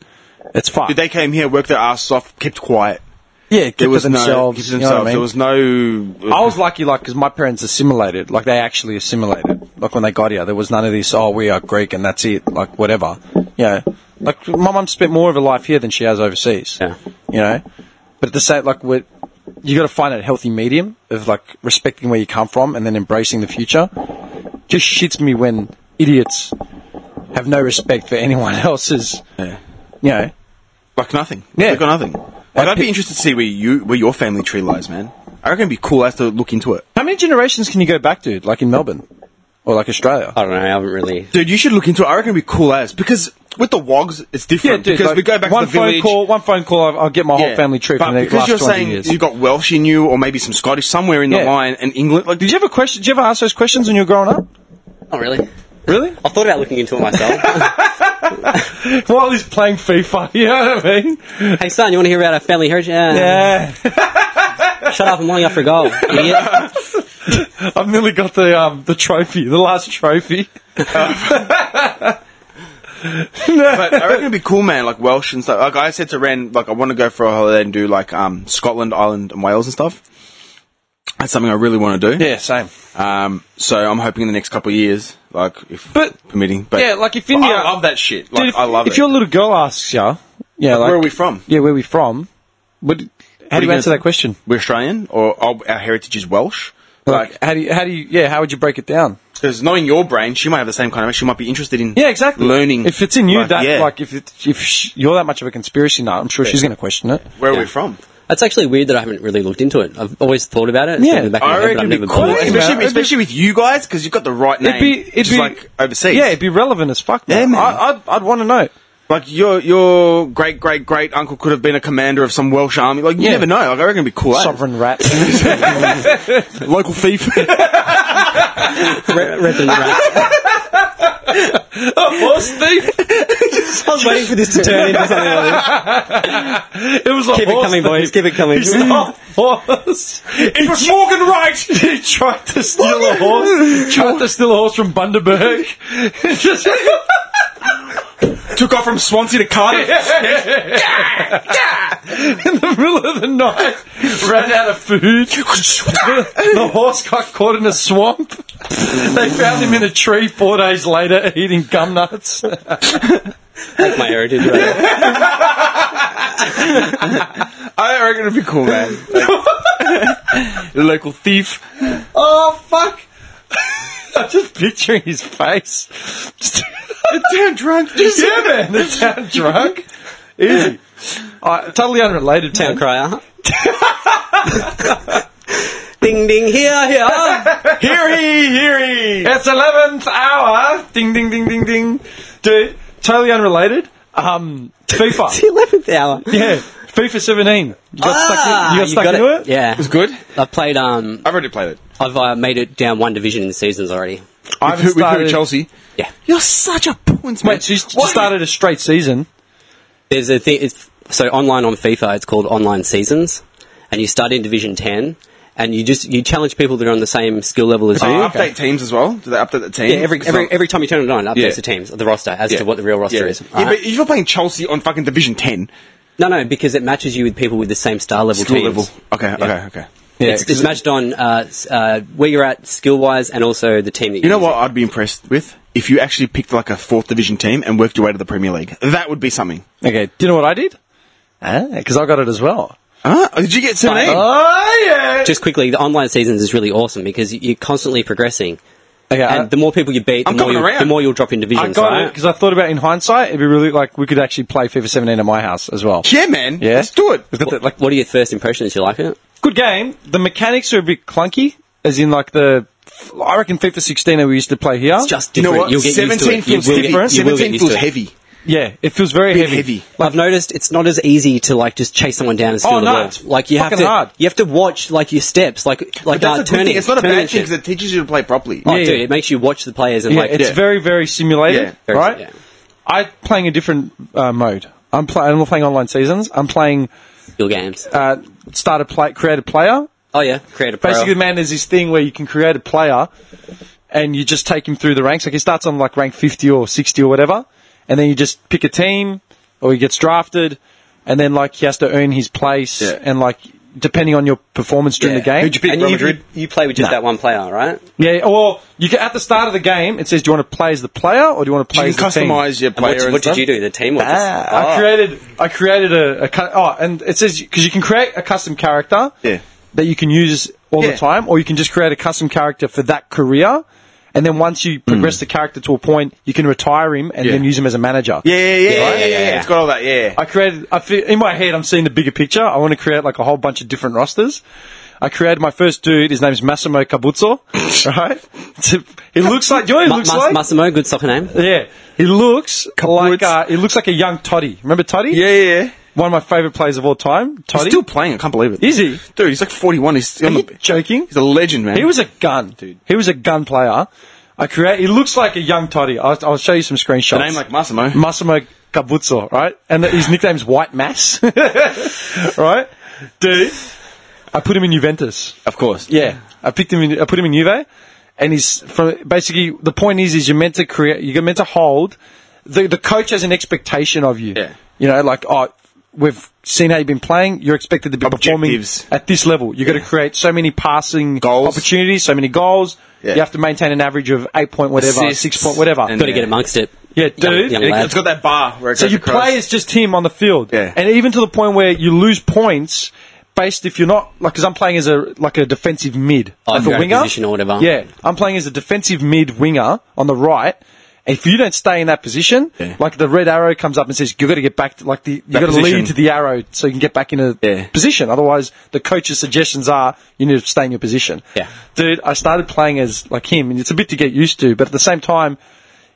It's fucked.
They came here, worked their asses off, kept quiet.
yeah, keep
There was
to themselves.
no, kept to
you know what I
themselves.
mean?
There was no. uh,
I was lucky, like, because my parents assimilated. Like, they actually assimilated. Like, when they got here, there was none of this, oh, we are Greek and that's it. Like, whatever. You know, like, my mum spent more of her life here than she has overseas.
Yeah.
You know? But at the same, like, we're, you got to find that healthy medium of, like, respecting where you come from and then embracing the future. Just shits me when idiots have no respect for anyone [laughs] else's.
Yeah.
You You know,
Like nothing.
Oh. Yeah.
Like nothing. Like, I'd be interested to see where you where your family tree lies, man. I reckon it'd be cool. I have to look into it.
how many generations can you go back to, like in Melbourne or like Australia?
I don't know. I haven't really.
Dude, you should look into it. I reckon it'd be cool as because with the wogs, it's different. Um, because
like,
we go back
one
to the village.
phone call, one phone call, I'll, I'll get my
yeah.
whole family tree
But
from the
because
last
you're
20
saying
years.
you got Welsh in you, or maybe some Scottish somewhere in the
Yeah.
line, and England. Like,
Did [laughs] you ever question? Did you ever ask those questions when you were growing up?
Not really.
Really?
I thought about looking into it myself.
[laughs] While he's playing FIFA, [laughs] you know what I mean?
hey, son, you want to hear about our family heritage? Yeah.
Yeah.
Shut up! I'm lining up for a goal. Idiot.
[laughs] I've nearly got the um, the trophy, the last trophy.
but I reckon it'd be cool, man. Like Welsh and stuff. Like I said to Ren, like I want to go for a holiday and do like um, Scotland, Ireland, and Wales and stuff. That's something I really want to do.
Yeah, same.
Um, so I'm hoping in the next couple of years, like if
But-
permitting. But
yeah, like if
But
India-
I love that shit. Like
Dude, if,
I love
if
it.
your little girl asks you, yeah, like,
Where are we from?
Yeah, where are we from? What, how do
What are
you
you
answer
gonna-
that question?
We're Australian, or our, our heritage is Welsh.
Like,
Like,
how do you, how do you, yeah, how would you break it down?
because knowing your brain, she might have the same kind of. She might be interested in.
Yeah, exactly.
Learning.
If it's in you,
Like,
that
yeah.
like if it, if sh- you're that much of a conspiracy nut, I'm sure she's going to question it.
Where are we from?
That's actually weird that I haven't really looked into it. I've always thought about it. It's
Yeah,
been in the back of my
I
head, but
reckon
I've
it'd be
never
cool,
bothered.
It'd
[laughs]
be- it'd
especially,
be-
especially with you guys, because you've got the right name.
It'd be it'd
which
be
is like overseas.
Yeah, it'd be relevant as fuck.
Yeah, man.
I, I'd I'd want to know.
Like your your great great great uncle could have been a commander of some Welsh army. Like you
Yeah.
never know. Like I reckon it'd be cool. eh?
Sovereign [laughs] rat.
local thief.
Re- resident rat.
Horse thief.
I was waiting for this to turn into something like this.
It was like
Keep it
horse
coming, boys. Keep it coming. [laughs]
Stop horse. It was Morgan Wright. [laughs] he tried to steal a horse. Tried to steal a horse from [laughs] Bundaberg. Just-
[laughs] Took off from Swansea to Cardiff.
in the middle of the night, ran out of food. the, the horse got caught in a swamp. [laughs] they found him in a tree four days later eating gum nuts.
That's my heritage. Right?
I reckon it'd be cool, [laughs] man. local thief.
oh fuck! [laughs] I'm just picturing his face. Just-
Damn drunk.
[laughs] yeah, man, the town drunk. Easy. Uh, totally unrelated.
Town
man. [laughs]
crier. ding ding
[laughs]
here here.
Here he, here he.
It's eleventh hour. Ding ding ding ding ding. Dude, totally unrelated. Um,
[laughs]
FIFA.
Eleventh hour.
yeah, FIFA 17. You got
Ah,
stuck, in, you got
you
stuck
got
into it.
Yeah,
Good.
I've played. Um,
I've already played it.
I've uh, made it down one division in seasons already.
I've
with, who- with who?
started-
Chelsea.
Yeah,
You're such a points man.
Wait, so you s-
What?
started a straight season.
there's a thing. It's, so online on FIFA, it's called online seasons, and you start in Division Ten, and you just you challenge people that are on the same skill level as
Do
you.
you Oh, update teams as well? Do they update the team?
Yeah, every every, every time you turn it on, it updates
Yeah.
the teams, the roster, as
Yeah.
to what the real roster
yeah.
is.
Yeah,
Alright?
but if you're playing Chelsea on fucking Division Ten,
no, no, because it matches you with people with the same star level
skill
teams.
level. Okay, okay, okay.
Yeah,
it's, it's matched on uh, s- uh, where you're at skill wise, and also the team that
You know what I'd be impressed with? If you actually picked like a fourth division team and worked your way to the Premier League. That would be something.
Okay, do you know what I did? Because I got it as well.
Huh? Did you get 17?
Oh yeah.
Just quickly, the online seasons is really awesome because you- you're constantly progressing,
Okay, I,
and the more people you beat, the
Uh, I'm
more
coming
you'll,
around.
the more you'll drop in
I
divisions.
got it
right?
because I thought about it in hindsight, it'd be really like we could actually play FIFA 17 at my house as
Oh.
well.
yeah, man.
Yeah?
Let's do it.
It's got that, like
What are your first impressions? You like it?
good game. The mechanics are a bit clunky, as in like the. I reckon FIFA 16 that we used to play here.
It's just
You know
different.
what?
You'll get
17
used to it.
feels
You will get-
different.
you will get
17
used to
feels
it.
heavy.
yeah, it feels very
Bit
heavy.
heavy.
I've noticed it's not as easy to like just chase someone down and steal
Oh,
the
no,
ball.
it's
like you have
fucking
to,
hard.
you have to watch like your steps, like like
But that's
uh,
a good
turning.
thing. It's not a
turning
bad
and
thing
shit.
because it teaches you to play properly.
Oh,
Yeah,
dude,
yeah.
it makes you watch the players and
Yeah,
like
it's
yeah.
very very simulated,
Yeah, very
right?
sim- yeah.
I'm playing a different uh, mode. I'm playing. I'm not playing online seasons. I'm playing
skill games.
uh, start a play, create a player.
oh yeah, create a pro.
Basically, man, there's this thing where you can create a player, and you just take him through the ranks. Like he starts on like rank 50 or 60 or whatever, and then you just pick a team, or he gets drafted, and then like he has to earn his place,
Yeah.
and like depending on your performance during
Yeah.
the game.
Who'd you pick,
and
Real
you,
Madrid?
you play with just that one player, right?
Yeah, or you can, at the start of the game, it says, "Do you want to play as the player or do you want to play
You
as
can
the team?"
customize your
And what,
player. and
what did
stuff.
you do? The team or just-
Ah, I
Oh.
created. I created a, a cu- oh, and it says because you can create a custom character
Yeah.
that you can use all
Yeah.
the time, or you can just create a custom character for that career, and and then once you progress the character to a point, you can retire him and
Mm. Yeah.
then use him as a manager.
Yeah, yeah, yeah, yeah,
Right?
yeah, yeah, yeah. It's got all that. Yeah.
I created. I feel, in my head, I'm seeing the bigger picture. I want to create like a whole bunch of different rosters. I created my first dude. His name's Massimo
[laughs]
Cabuzzo. right? He looks like. Do you know what he
Ma-
looks
Mas-
like?
Massimo, good soccer name.
yeah, he looks like. Uh, he looks like a young Toddy. Remember Toddy?
yeah, yeah. yeah.
One of my favorite players of all time.
He's
Toddy.
still playing. I can't believe it.
Is he?
Dude, he's like 41. He's still
Are
on
you
the,
joking?
he's a legend, man.
He was a gun, dude. He was a gun player. I create. He looks like a young Toddy. I'll, I'll show you some screenshots.
a name like Massimo.
Massimo Cabuzzo, right? And that his nickname's White Mass, [laughs] right? Dude, I put him in Juventus.
of course.
Yeah, I picked him. In, I put him in Juve, and he's from basically the point is is you're meant to create. You're meant to hold. The the coach has an expectation of you.
Yeah.
You know, like oh, we've seen how you've been playing. You're expected to be
Objectives.
performing at this level. You've got to create so many passing
Goals.
opportunities, so many goals.
Yeah.
You have to maintain an average of eight point whatever,
Assists.
six point whatever.
And-
Got to
Yeah.
get amongst it.
yeah, dude.
Young- young
it-
lad.
It's got that bar where it
so
goes
you
across.
play as just him on the field,
Yeah.
and even to the point where you lose points based if you're not like because I'm playing as a like a defensive mid,
Oh,
like
you're
a
out of
winger
position or whatever.
Yeah, I'm playing as a defensive mid winger on the right. If you don't stay in that position,
Yeah.
like the red arrow comes up and says you've got to get back, to, like the you
That
got to
position.
lead to the arrow so you can get back in a
Yeah.
position. Otherwise, the coach's suggestions are you need to stay in your position.
Yeah.
dude, I started playing as like him, and it's a bit to get used to, but at the same time,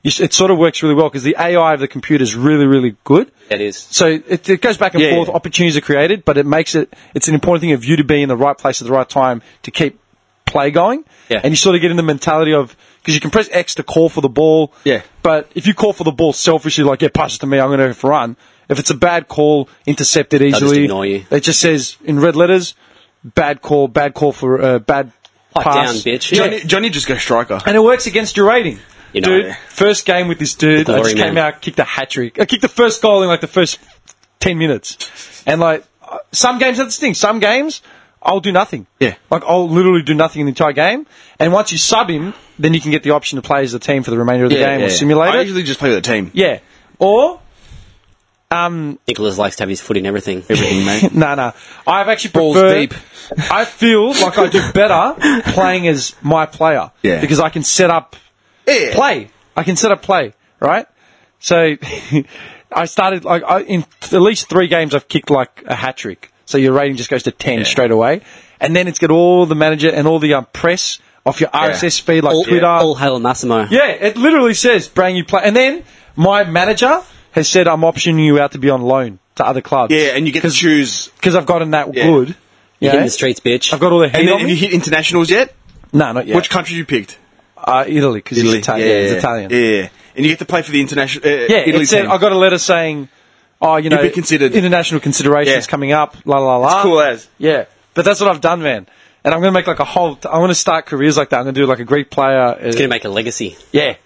you, s- it sort of works really well because the AI of the computer is really, really good.
That is.
So it, it goes back and
Yeah,
forth.
yeah.
Opportunities are created, but it makes it. It's an important thing of you to be in the right place at the right time to keep play going.
Yeah.
And you sort of get in the mentality of because you can press X to call for the ball.
Yeah.
But if you call for the ball selfishly, like yeah, pass it to me, I'm going to go for a run. If it's a bad call, intercept it
just
easily.
ignore you.
It just says in red letters, bad call, bad call for uh, bad
Pipe
pass.
down, bitch.
Johnny, Johnny just goes striker.
And it works against your rating.
You know.
dude, first game with this dude,
The
I
glory
just came
man.
out, kicked a hat trick. I kicked the first goal in like the first 10 minutes. And like, uh, some games, that's the thing. Some games, I'll do nothing.
Yeah.
Like, I'll literally do nothing in the entire game. And once you sub him, then you can get the option to play as the team for the remainder of the game or simulate
I
it.
usually just play with the team. [laughs]
yeah. Or,
Nicholas likes to have his foot in everything.
Everything, mate.
no, no. I've actually
Balls
preferred,
deep.
I feel like I do
[laughs]
better playing as my player.
Yeah.
Because I can set up
[laughs] Yeah.
play. I can set up play, right? So [laughs] I started like I, in th- at least three games. I've kicked like a hat trick. So your rating just goes to ten straight away, and then it's got all the manager and all the um, press off your RSS feed like
All,
Twitter.
all hail Massimo.
yeah, it literally says bring you play, and then my manager has said I'm optioning you out to be on loan to other clubs.
Yeah, and you get to choose.
because I've gotten that
Yeah.
good.
You
Yeah,
get in the streets, bitch.
I've got all the heat
And then,
on
have
me.
you hit internationals yet?
no, not yet.
Which country you picked?
uh, Italy? Because he's Italian.
Yeah,
Yeah, he's
yeah,
Italian.
Yeah, yeah. And you get to play for the international. Uh,
Yeah,
Italy
it said
team.
I got a letter saying, "Oh, you know,
be considered.
international considerations
Yeah.
coming up." La la la.
It's cool as.
Yeah, but that's what I've done, man. And I'm going to make like a whole. I want to start careers like that. I'm going to do like a Greek player. uh,
Gonna make a legacy.
yeah,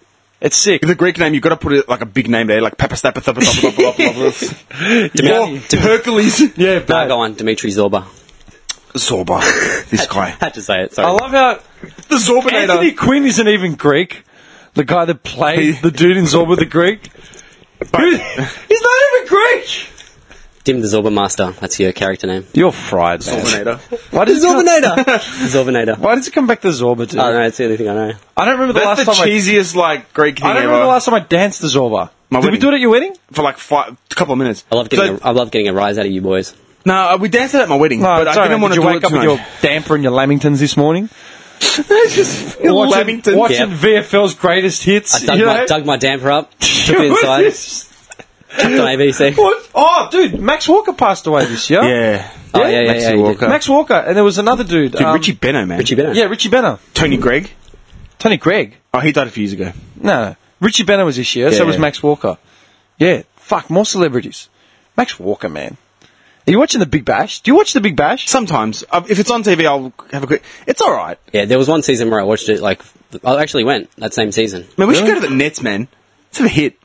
it's sick.
the Greek name, you've got to put it like a big name there, like Papastapathopoulos.
Yeah.
or Hercules.
Yeah,
No,
but
go on, Dimitri Zorba. [laughs]
Zorba. This guy.
Had to say it. Sorry.
I love how
The Zorbinator.
Anthony Quinn isn't even Greek. The guy that played the dude in Zorba the Greek. Who- He's not even Greek.
Dim the Zorba Master. That's your character name.
You're fried, man.
[laughs] Zorbinator.
Why does Zorbinator?
[laughs] Zorbinator.
Why does it come back to Zorba? Dude?
I don't know. It's the only thing I know.
I don't remember the
That's the
last time. I,
cheesiest like Greek thing
I don't
ever.
remember the last time I danced to Zorba.
My
Did we
wedding.
do it at your wedding?
for like five, a couple of minutes.
I love getting.
So-
a, I love getting a rise out of you boys.
No, uh, we danced at my wedding, but I didn't want to
you
do
wake
it
up
too
with your
much.
damper and your Lamingtons this morning.
Just
Watching,
Lamington.
watching
Yeah.
VFL's greatest hits.
I
[laughs]
dug,
you
my,
know?
dug my
[laughs]
damper up. Took it
What
inside.
is
Chucked on ABC.
this? What? Oh, dude, Max Walker passed away this year.
Yeah.
Oh yeah, yeah, yeah.
Maxie
yeah, you did.
Walker.
Max Walker, and there was another dude.
Dude,
um,
Richie Benno, man.
Richie Benner.
Yeah, Richie Benner.
Tony Gregg.
Tony Gregg.
Oh, he died a few years ago.
No, Richie Benner was this year.
Yeah,
so was
yeah.
Max Walker. Yeah, fuck more celebrities. Max Walker, man. Are you watching the Big Bash? Do you watch the Big Bash?
Sometimes. Uh, if it's on TV, I'll have a quick... It's all right.
Yeah, there was one season where I watched it. Like, I actually went that same season.
Man, we should go to the Nets, man. It's a hit.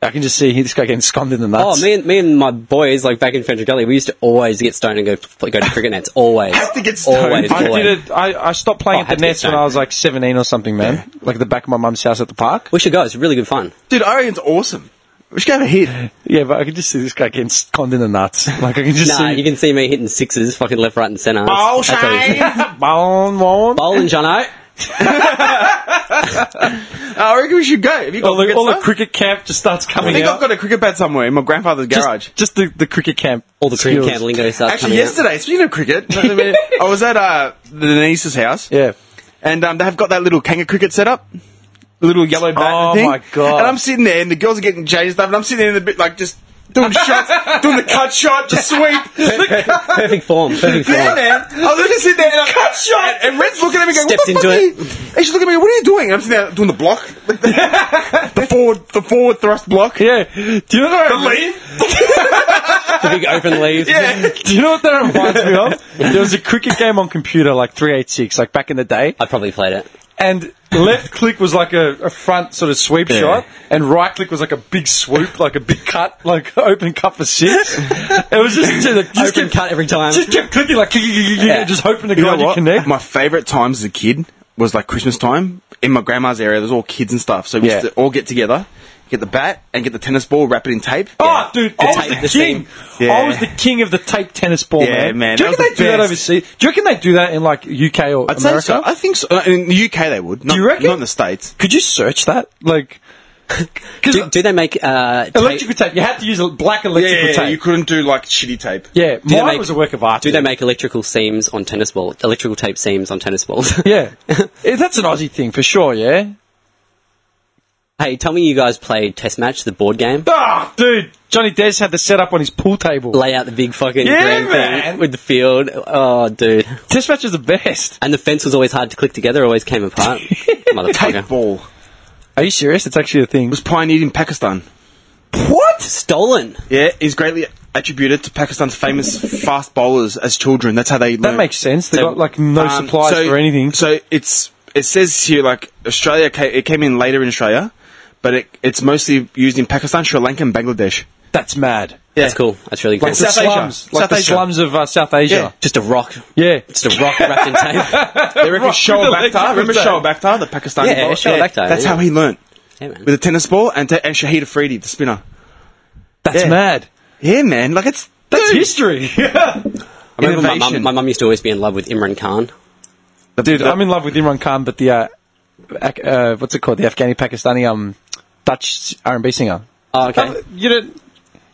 I can just see this guy getting sconed in the
Oh,
nuts.
me and me and my boys, like back in Fenchurch Gully, we used to always get stoned and go go to cricket nets. Always
Have to get stoned.
Always,
I
always.
did it. I, I stopped playing
Oh,
at
had
the
to
Nets
get
when
back.
I was like 17 or something, man. Like at the back of my mum's house at the park.
We should go. It's really good fun.
Dude, I reckon it's awesome. We should go have a hit.
Yeah, but I can just see this guy getting conned in the nuts. [laughs] Like I can just
Nah,
see.
you can see me hitting sixes, fucking left, right, and centre.
Bowl
That's- that's all you-
shame.
Bon, bon.
Bowling, Jono.
I reckon we should go. Have you got
All the,
cricket
all the
stuff?
cricket camp just starts
I
coming
think
out.
I've got a cricket bat somewhere in my grandfather's
just,
garage.
Just the, the cricket camp.
All the cream
skills.
can lingo starts
Actually,
coming out.
yesterday, speaking
[laughs]
of cricket, I was at uh, the niece's house,
Yeah.
and um, they have got that little kangaroo cricket set up. Little yellow bat
Oh
thing.
my God.
And I'm sitting there, and the girls are getting changed and stuff, and I'm sitting there in the bit like just
[laughs]
doing shots, doing the cut shot, the sweep, the cut.
Perfect form. Perfect
Yeah,
form.
man. I was just sitting there and I'm cut shot. And Red's looking at me going,
Stepped
what the
into
fuck are you? And she's looking at me, what are you doing? And I'm sitting there doing
[laughs]
the block. Like the, the forward, the forward thrust block.
Yeah. Do you know what I
The lead.
The big open leaves.
Yeah.
Do you know what that reminds me of? [laughs] There was a cricket game on computer, like 386, like back in the day.
I probably played it.
And left click was like a, a front sort of sweep
Yeah.
shot, and right click was like a big swoop, like a big cut, like [laughs] open cut for six. it was just, just, just
Open
kept,
cut every time.
just kept clicking, like, click, click, click, click,
Yeah.
just hoping the
You
guy
know
would
what?
connect.
My favourite times as a kid was like Christmas time in my grandma's area. There's all kids and stuff, so we
Yeah.
used to all get together, get the bat, and get the tennis ball, wrap it in tape.
Oh, dude, I
tape, the
was the king.
thing.
I was
Yeah.
the king of the tape tennis ball,
Yeah,
man.
man,
Do you
that
reckon they
was the
do that
best.
overseas? Do you reckon they do that in like UK or
I'd
America?
say so. I think so. Uh, In the UK, they would. Not,
you reckon?
Not in the states.
Could you search that?
[laughs]
Like, because
Do, do they make uh, tape-
electrical tape, you had to use a black electrical
you
tape.
couldn't do like shitty tape.
Yeah,
do they
mine
make-
was a work of art.
Do they
dude.
make electrical seams on tennis balls? Electrical tape seams on tennis balls.
Yeah. [laughs] Yeah, that's an Aussie thing for sure. Yeah.
hey, tell me you guys played Test Match, the board game.
Ah, dude, Johnny Des had the setup on his pool table.
Lay out the big fucking
Yeah,
green
man.
thing with the field. Oh, dude.
Test match is the best.
And the fence was always hard to click together, always came apart.
Tape
Motherfucker.
ball it
Are you serious? It's actually a thing.
was pioneered in Pakistan.
What?
Stolen.
Yeah, is greatly attributed to Pakistan's famous fast bowlers as children. That's how they.
That makes sense. They got like no supplies
um, so,
for anything.
So it's it says here like Australia. ca- It came in later in Australia, but it, it's mostly used in Pakistan, Sri Lanka, and
[laughs]
Bangladesh.
That's mad.
Yeah.
That's cool. That's really cool.
Like
South
the
Asia.
slums, like
South
the
Asia.
slums of uh, South Asia.
Just a rock.
Yeah.
Just a rock wrapped in tape.
They reckon
Rock
Shoaib
with
Akhtar. Remember
electric
Shoaib Akhtar, the Pakistani
Yeah,
bowler?
Shoaib Akhtar,
That's
yeah.
how he learnt
Yeah, man.
with a tennis ball and ta and Shahid Afridi, the spinner.
That's
Yeah.
mad.
Yeah, man. Like it's
That's
dude,
history.
[laughs] I
Remember my mum,
innovation.
my mum used to always be in love with Imran Khan.
The-
Dude,
the-
I'm in love with Imran Khan, but the uh, Ak- uh, what's it called? The Afghani Pakistani um Dutch R and B singer.
Oh, okay.
Uh, you don't,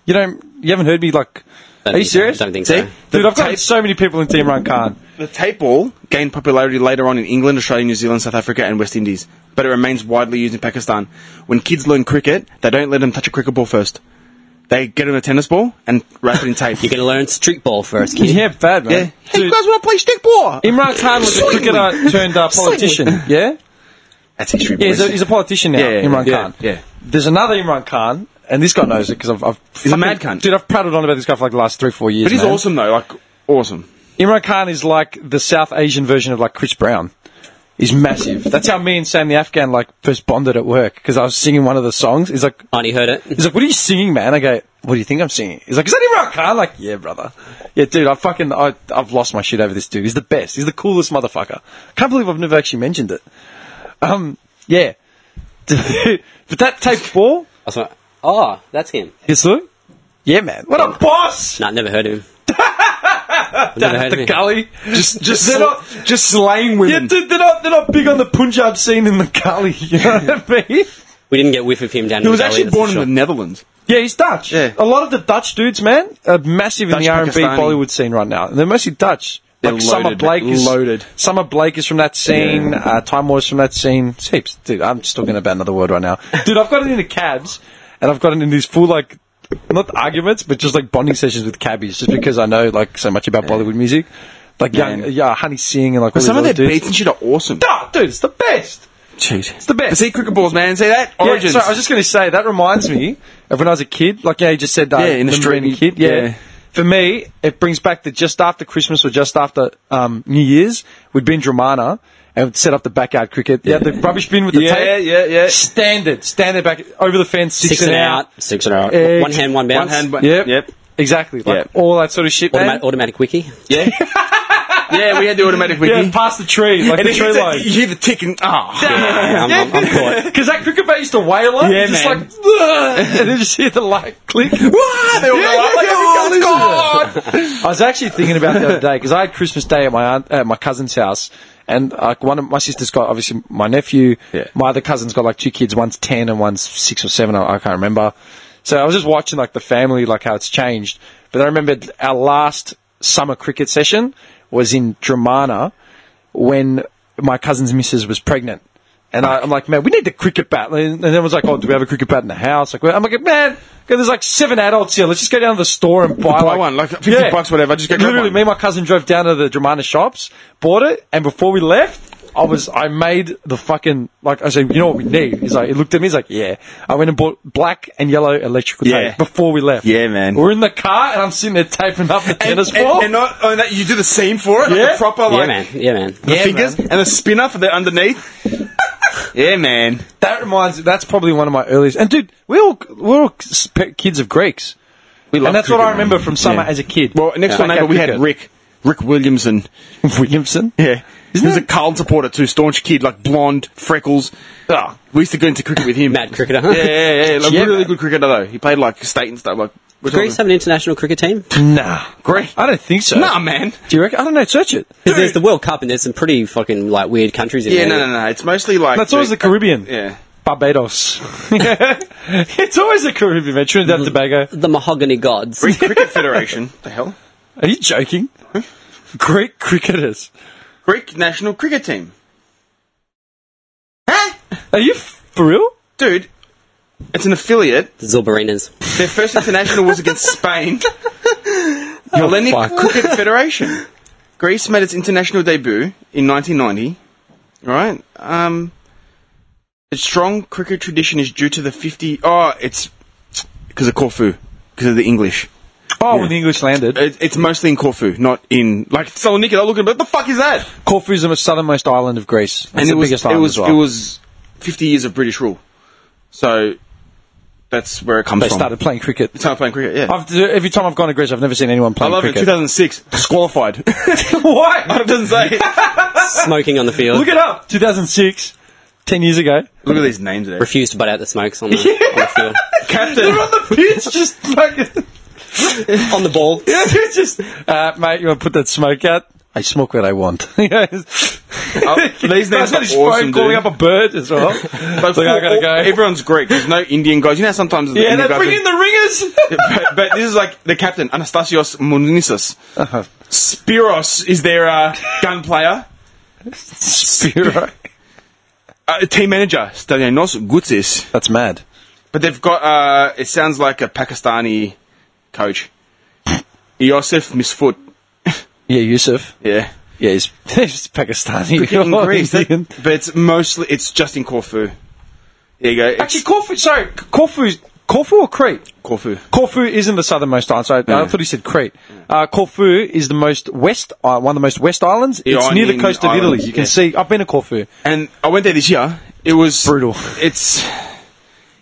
you don't, you haven't heard me like.
Don't
are you
think so.
serious?
Don't think
See?
so.
Dude,
The
I've got
tape-
so many people into Imran Khan.
The tape ball gained popularity later on in England, Australia, New Zealand, South Africa, and West Indies, but it remains widely used in Pakistan. When kids learn cricket, they don't let them touch a cricket ball first. They get them a tennis ball and wrap
[laughs]
it in tape.
You're going to learn street ball first,
[laughs]
kid.
Yeah, bad man.
yeah. Hey, you
Dude,
guys want to play stick ball?
Imran Khan was a
Swing.
cricketer turned uh,
Swing.
politician. Yeah,
That's history,
yeah.
boys.
He's a, he's a politician now.
Yeah, yeah,
Imran
yeah,
Khan.
yeah.
There's another Imran Khan, and this guy knows it because I've, I've he's
a mad cunt.
Dude, I've prattled on about this guy for like the last three, four years.
but he's
man.
awesome though, like awesome.
Imran Khan is like the South Asian version of like Chris Brown. He's massive. That's how me and Sam the Afghan like first bonded at work because I was singing one of the songs. He's like,
Arnie heard it.
he's like, what are you singing, man? I go, what do you think I'm singing? He's like, is that Imran Khan? like, yeah, brother. Yeah, dude, I fucking, I, I've lost my shit over this dude. He's the best. He's the coolest motherfucker. Can't believe I've never actually mentioned it. Um, yeah. [laughs] but that tape ball,
I was like, oh, that's him.
yes, look. Yeah, man. What a boss!
No, I've never
[laughs]
heard of him. I've
Down
never
at
heard of
the
him.
gully.
Just, just,
They're not-
just slaying
Yeah, dude, they're not, they're not big on the Punjab scene in the gully, you know what I mean?
We didn't get whiff of him down
He
in
was
the gully,
actually
that's
born
for
in
sure.
the Netherlands.
Yeah, he's Dutch.
Yeah.
A lot of the Dutch dudes, man, are massive in
Dutch
the R&B
Pakistani.
Bollywood scene right now. They're mostly Dutch.
They're
Summer
loaded,
Blake is
loaded.
Summer Blake is from that scene. Uh, Time War's from that scene. It's heaps, dude. I'm just talking about another word right now, dude. I've gotten into cabs, and I've gotten into these full like not arguments, but just like bonding sessions with cabbies, just because I know like so much about Bollywood music, like young,
Man.
yeah, Honey Singh and like.
But
all
some of
these
their
other dudes.
beats and shit are awesome.
Ah, dude, it's the best.
Jeez, it's
the best.
see cricket balls, man. See that?
Yeah,
Origins.
sorry, I was just going to say that reminds me of when I was a kid. Like yeah, you just said uh,
Yeah, in
remember
the street,
being a kid.
you-
Yeah.
yeah.
For me, it brings back that just after Christmas or just after um, New Year's, we'd be in Dramana and we'd set up the backyard cricket. Yeah, the rubbish bin with the
Yeah,
tape.
yeah, yeah.
Standard, standard back over the fence, six,
Six
and,
and out. Six and out.
Eggs.
One hand, one bounce.
hand, one-
Yep.
Yep.
Exactly. Like
Yep.
all that sort of shit.
[laughs]
Automa-
man.
automatic wiki.
yeah. yeah, we had the automatic wiki.
Yeah, past the tree, like
and
the
it
tree
hits it,
line.
you hear the tick and ah.
I'm,
[laughs]
I'm, I'm
[laughs]
caught.
Because that cricket bat used to wail up.
Yeah,
just
man.
like, "Ugh," and then just hear the light click.
[laughs]
Wah! They all go out like, "Oh, it's gone." I was actually thinking about the other day because I had Christmas Day at my aunt, at my cousin's house, and like one of my sister's got obviously my nephew.
Yeah.
My other cousin's got like two kids. One's ten and one's six or seven. I, I can't remember. So I was just watching like the family, like how it's changed. But I remembered our last summer cricket session was in Dramana when my cousin's missus was pregnant. And I, I'm like, man, we need the cricket bat. And then was like, oh, do we have a cricket bat in the house? Like, I'm like, man, okay, there's like seven adults here. Let's just go down to the store and buy,
Buy one, like 50 bucks, whatever. Just go grab
Literally,
one.
me and my cousin drove down to the Dramana shops, bought it, and before we left, I was, I made the fucking, like, I said, you know what we need? He's like, he looked at me, he's like, yeah. I went and bought black and yellow electrical
Yeah.
tape before we left.
Yeah, man.
We're in the car, and I'm sitting there taping up the
And,
tennis
and-
ball.
and not only that, you do the same for it, like
Yeah.
the proper like
Yeah, man. Yeah, man.
the
Yeah,
fingers and the spinner for the underneath. [laughs] yeah, man.
That reminds. That's probably one of my earliest. And dude, we all we're all s- pe- kids of Greeks,
We love
and that's what
cricket,
I remember
man.
from summer
Yeah.
as a kid.
Well, next
Yeah.
door
Like
neighbour,
our
we had
cricket.
Rick, Rick Williamson.
[laughs] Williamson.
Yeah.
Isn't
he was
that-
a Carlton supporter too, staunch kid, like blonde, freckles. Ah, we used to go into cricket with him.
Mad cricketer, huh?
Yeah, yeah, yeah. Like,
Yeah,
really
man.
good cricketer though. He played like state and stuff. Like we're
Greece
talking-
have an international cricket
[laughs]
team?
Nah,
Great.
I don't think so.
Nah, man.
Do you reckon? I don't know. Search it.
Because there's the World Cup and there's some pretty fucking like weird countries in
Yeah,
there.
no, no, no. It's mostly like
That's always the Caribbean.
Yeah.
Barbados. [laughs] it's always the Caribbean. Man. Trinidad
Mm-hmm.
and Tobago.
The mahogany gods.
Greek Cricket Federation. [laughs] the hell?
Are you joking? Greek cricketers.
Greek national cricket team.
Are you f- for real?
Dude, it's an affiliate.
The
[laughs]
Zilberinas.
Their first international was against Spain.
Oh,
Hellenic
fucked.
Cricket Federation. [laughs] Greece made its international debut in 1990. Right? Um, its strong cricket tradition is due to the 50. Oh, it's because of Corfu, because of the English.
Oh, when the English landed,
It, it's mostly in Corfu, not in like Saloniki. They're looking, but what the fuck is that?
Corfu is the most southernmost island of Greece. It's
and
the
it was
biggest
it
island
was
as well.
it was 50 years of British rule, so that's where it comes
they
from.
started playing cricket.
Started playing cricket. Yeah,
I've, every time I've gone to Greece, I've never seen anyone
I
play
love it.
cricket.
2006 [laughs] disqualified.
[laughs] Why?
it
[laughs]
doesn't say.
Smoking on the field.
Look it
[laughs]
up. 2006, 10 years ago.
Look at these names there.
Refuse to butt out the smokes on the,
[laughs]
on the field.
Captain.
the pitch, just like
on the ball.
[laughs] it's just, uh, mate, you want to put that smoke out? Oh, I smoke what I want. [laughs] You know, it's- [laughs] Guy's
these names
got
are
his
awesome,
phone calling up
dude.
a bird as [laughs] well. like, I
Like,
gotta go.
Everyone's Greek. There's no Indian guys. You know how sometimes the
yeah,
Indian
they're
guys
bringing the ringers.
[laughs] but, but this is like the captain, Anastasios Mounisos.
Uh-huh.
Spiros is their uh, gun player.
Spiro.
[laughs] Uh, team manager, Stelianos
[laughs]
Gutsis.
That's mad.
But they've got. Uh, it sounds like a Pakistani coach, Yosef Misfoot.
Yeah, Yusuf.
Yeah,
Yeah, he's, [laughs] he's Pakistani. [laughs]
in
Or
Greece, that-
Indian.
but it's mostly it's just in Corfu. There you go. It's
Actually, Corfu, sorry, Corfu, Corfu or Crete?
Corfu.
Corfu isn't the southernmost island. So I, I thought he said Crete. Uh, Corfu is the most west, uh, one of the most west islands.
Yeah,
it's
I
near the
mean,
coast of
islands,
Italy. You can
yeah.
see. I've been to Corfu.
And I went there this year. It was
Brutal.
It's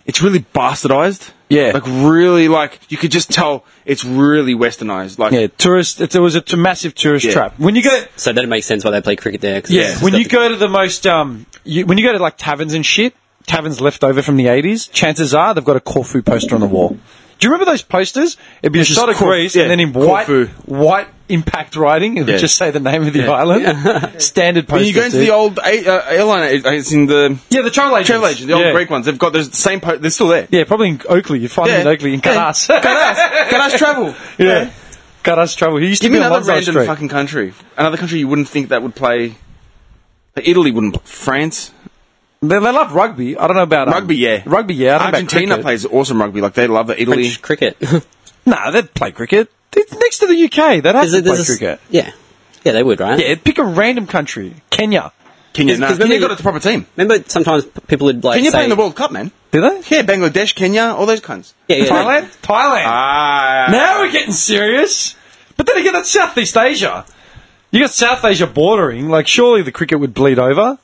it's really bastardized.
Yeah.
like really, like you could just tell it's really westernized. Like
Yeah, tourist. It, it was a t- massive tourist
Yeah.
trap. When you go,
So that makes sense why they play cricket there. 'cause it's
yeah,
just
when
got
you
the-
go to the most, um, you, when you go to like taverns and shit, taverns left over from the eighties, chances are they've got a Corfu poster on the wall. Do you remember those posters? It'd be a
just
shot of
Corf-
Greece
yeah,
and then in white,
Corfu.
white impact writing, it would
Yeah.
just say the name of the island. [laughs] Standard posters.
when you go into
dude.
the old a- uh, airline, it's in the
yeah, the travel agents.
travel agent, the old
yeah.
Greek ones. They've got the same. Po- they're still there.
Yeah, probably in Oakley. You find
Yeah.
him in Oakley in
Yeah.
Karas.
[laughs] Karas. Karas travel.
[laughs] yeah. Karas travel. He used to
Give me
be on
another
one side
random
street.
fucking country. Another country you wouldn't think that would play. Like Italy wouldn't. pl- France,
They, they love rugby. I don't know about um,
rugby, yeah.
Rugby, yeah. I don't know about
Argentina
cricket.
plays awesome rugby. Like they love the Italy.
French
[laughs]
cricket.
Nah, they'd play cricket. It's next to the UK. They'd have
Is
to
it-
play
there's a s-
cricket.
Yeah. Yeah, they would, right?
Yeah, pick a random country. Kenya.
Kenya,
Is-
no.
is when
Kenya
they-
got its proper team.
Remember sometimes p- people would like
Kenya
say,
playing the World Cup, man.
Do they?
Yeah, Bangladesh, Kenya, all those kinds.
Yeah, yeah.
Thailand? Thailand.
Ah,
now we're getting serious. But then again, that's Southeast Asia. You got South Asia bordering. Like, surely the cricket would bleed over.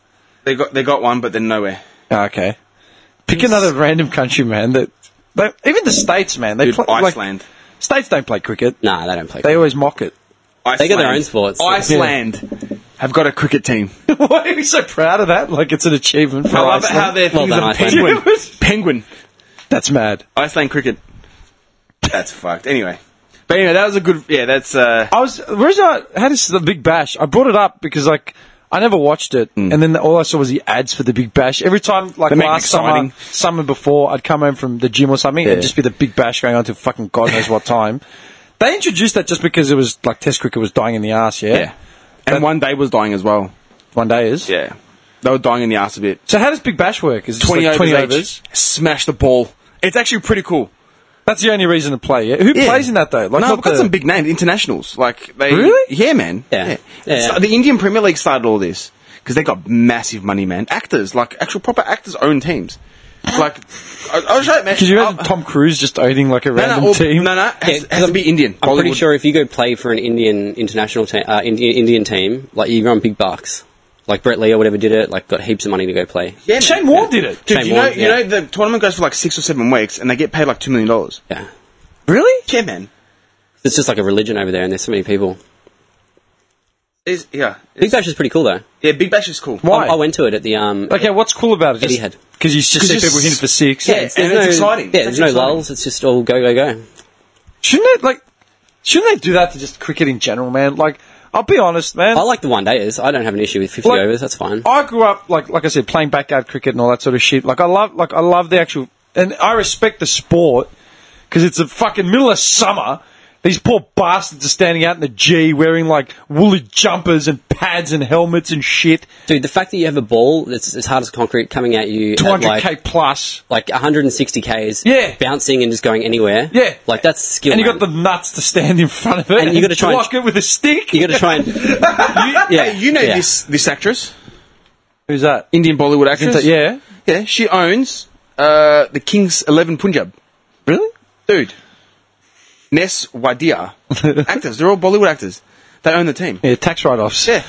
they got they got one, but then nowhere.
Okay. Pick another random country, man. That, that even the states, man. They
Dude,
play, like,
Iceland.
states don't play cricket.
Nah, they don't play
They
cricket.
always mock it. [laughs]
They got their own sports.
Iceland [laughs] have got a cricket team.
Why are you so proud of that? Like it's an achievement for
I love
Iceland.
how their
Well
things
done,
are
Iceland.
[laughs] penguin. penguin.
That's mad.
Iceland cricket. That's fucked. Anyway. But anyway, that was a good. Yeah, that's. uh
I was where's I had this the Big Bash. I brought it up because like I never watched it, and then all I saw was the ads for the Big Bash. Every time, like
Hmm. They make it
last summer,
exciting.
summer before, I'd come home from the gym or something, and
Yeah.
just be the Big Bash going on to fucking God knows what
[laughs]
time. They introduced that just because it was like Test cricket was dying in the ass. Yeah,
Yeah. And one day was dying as well.
one day is.
Yeah. They were dying in the ass a bit.
So how does Big Bash work? Is it just
20
like
overs.
20
each.
overs?
Smash the ball. It's actually pretty cool.
That's the only reason to play. Yeah? Who
Yeah.
plays in that though? Like,
no,
not
we've got
the-
some big names, internationals. Like they,
Really?
Yeah, man.
Yeah. Yeah.
So the Indian Premier League started all this because they got massive money, man. Actors, like actual proper actors, own teams. Like, I, I was right, man.
Could you imagine
I'll-
Tom Cruise just owning like a
no,
random
no, all-
team?
No, no, it has,
Yeah, 'cause
has to be Indian.
I'm pretty
Bollywood.
sure if you go play for an Indian international team, uh, Indian, Indian team, like you run big bucks. Like Brett Lee or whatever did it, like got heaps of money to go play.
Yeah, man.
Shane Warne did it.
Dude,
Shane
you
Warne,
know, you
yeah.
know, the tournament goes for like six or seven weeks, and they get paid like two million dollars.
Yeah.
Really?
Yeah, man.
It's just like a religion over there, and there's so many people.
It's, yeah,
Big Bash is pretty cool though.
yeah. Big Bash is cool.
Why?
I, I went to it at the um.
Okay, what's cool about it?
Etihad.
Because you just see
it's-
people hitting for six.
yeah, it's,
and
there's
it's
no-
exciting.
Yeah,
It's
there's no
exciting.
lulls. It's just all go go go.
Shouldn't they like? Shouldn't they do that to just cricket in general, man? Like, I'll be honest, man.
I like the one dayers. I don't have an issue with 50
Like-
overs. That's fine.
I grew up like like I said, playing backyard cricket and all that sort of shit. Like I love like I love the actual and I respect the sport because it's the fucking middle of summer. These poor bastards are standing out in the G wearing like woolly jumpers and pads and helmets and shit.
Dude, the fact that you have a ball that's as hard as concrete coming at you
Two
at
hundred
like
k plus.
like 160 k's,
Yeah.
bouncing and just going anywhere,
Yeah.
like that's skill.
And you
man.
got the nuts to stand in front of it
And
and,
you gotta try and-
block it with a stick.
you got to
[laughs]
try and yeah,
Hey, you know
Um, yeah.
this this actress,
Who's that?
Indian Bollywood actress.
Yeah.
yeah. She owns uh, the Kings Eleven Punjab.
Really?
Dude. Ness
[laughs]
Wadia. actors. They're all Bollywood actors. They own the team.
Yeah, tax write-offs. [laughs]
Yeah.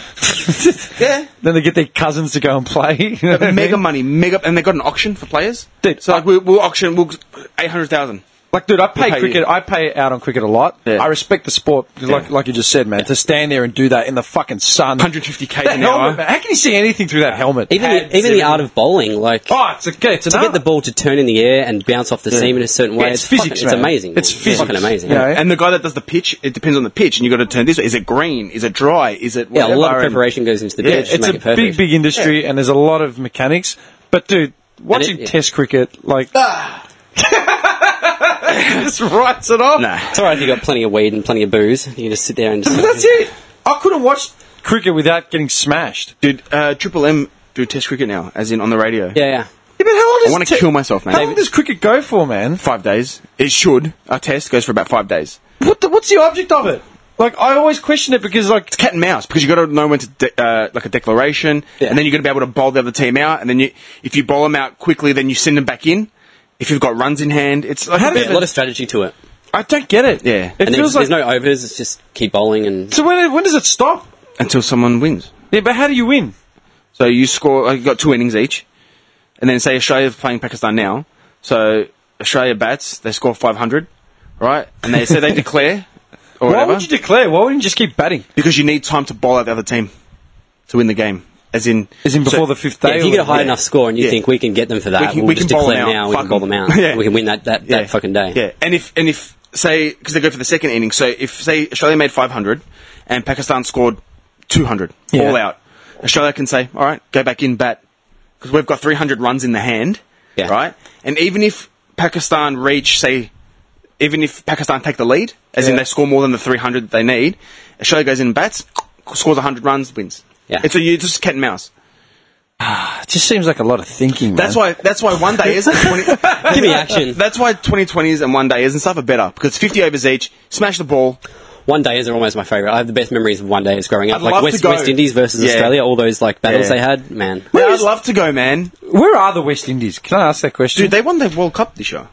Yeah.
Then they get their cousins to go and play. You know what I
mega
mean?
money. Mega. And they got an auction for players.
Dude,
so, like, we, we'll auction we'll, 800,000.
Like, dude, I pay,
pay
cricket.
you.
I pay out on cricket a lot.
Yeah.
I respect the sport, like like you just said, man. To stand there and do that in the fucking sun, [laughs]
150K
That
an
helmet,
hour.
man. How can you see anything through that helmet?
even
Pads,
the, even the
everything.
art of bowling, like
Oh, it's a it's an
to
art.
get the ball to turn in the air and bounce off the seam in a certain way.
Yeah, it's
fucking-
physics,
it's
man.
amazing.
It's physics,
fucking amazing.
you know?
And the guy that does the pitch, it depends on the pitch, and you got to turn this way. Is it green? Is it dry? Is it
Yeah,
whatever?
a lot of
And-
preparation goes into the
Yeah,
pitch to
It's
make
a
it perfect.
big big industry, and there's a lot of mechanics. But dude, watching
yeah.
Test cricket, like, just writes it off.
Nah.
It's alright if you've got plenty of weed and plenty of booze. You can just sit
[laughs]
there and just.
But that's it. I couldn't watch cricket without getting smashed.
Dude, uh, Triple M do test cricket now, as in on the radio.
Yeah, yeah.
Yeah, but how long
I
does
wanna
te-
kill myself, man.
How long does cricket go for, man?
Five days. It should. Our test goes for about five days.
What the, what's the object of it? Like I always question it because like
cat and mouse because you got to know when to de- uh, like a declaration,
Yeah.
and then you got to be able to bowl the other team out, and then you if you bowl them out quickly, then you send them back in. If you've got runs in hand, it's like
How
a
does
bit-
There's a lot of strategy to it.
I don't get it.
Yeah.
it
And
feels
there's,
like.
there's no overs, it's just keep bowling and.
so when when does it stop?
until someone wins.
Yeah, but how do you win?
So you score. Like, you got two innings each, and then say Australia's playing Pakistan now. So Australia bats, they score five hundred, right? And they
[laughs]
say they declare or
Why
whatever
would you declare? Why wouldn't you just keep batting?
because you need time to bowl out the other team to win the game. As in,
As in
so-
before the fifth day.
Yeah, if you
or
get a high
whatever.
enough score and you
Yeah.
think we can get them for that, we
We can-
will
we
just
can bowl
declare
them out.
now, we can
Fuck
bowl
'em.
them out.
Yeah.
We can win that, that,
yeah.
that fucking day.
Yeah, and if and if say because they go for the second inning, so if say Australia made 500 and Pakistan scored 200
Yeah.
all out, Australia can say, all right, go back in bat because we've got 300 runs in the hand,
Yeah.
right? And even if Pakistan reach say, even if Pakistan take the lead, as in
Yeah.
they score more than the 300 that they need, Australia goes in and bats, scores 100 runs, wins.
Yeah.
It's a you just cat and mouse.
It just seems like a lot of thinking.
That's
man.
why. That's why one day isn't. [laughs] 20,
Give me action.
That's why 2020s and one days and stuff are better because 50 overs each, smash the ball.
One days are almost my favourite. I have the best memories of one days growing up.
I'd
like
love to
West,
go-
West Indies versus
Yeah.
Australia, all those like battles
Yeah.
they had, man.
Yeah, I'd love to go, man.
Where are the West Indies? Can I ask that question?
Dude, they won the World Cup this year.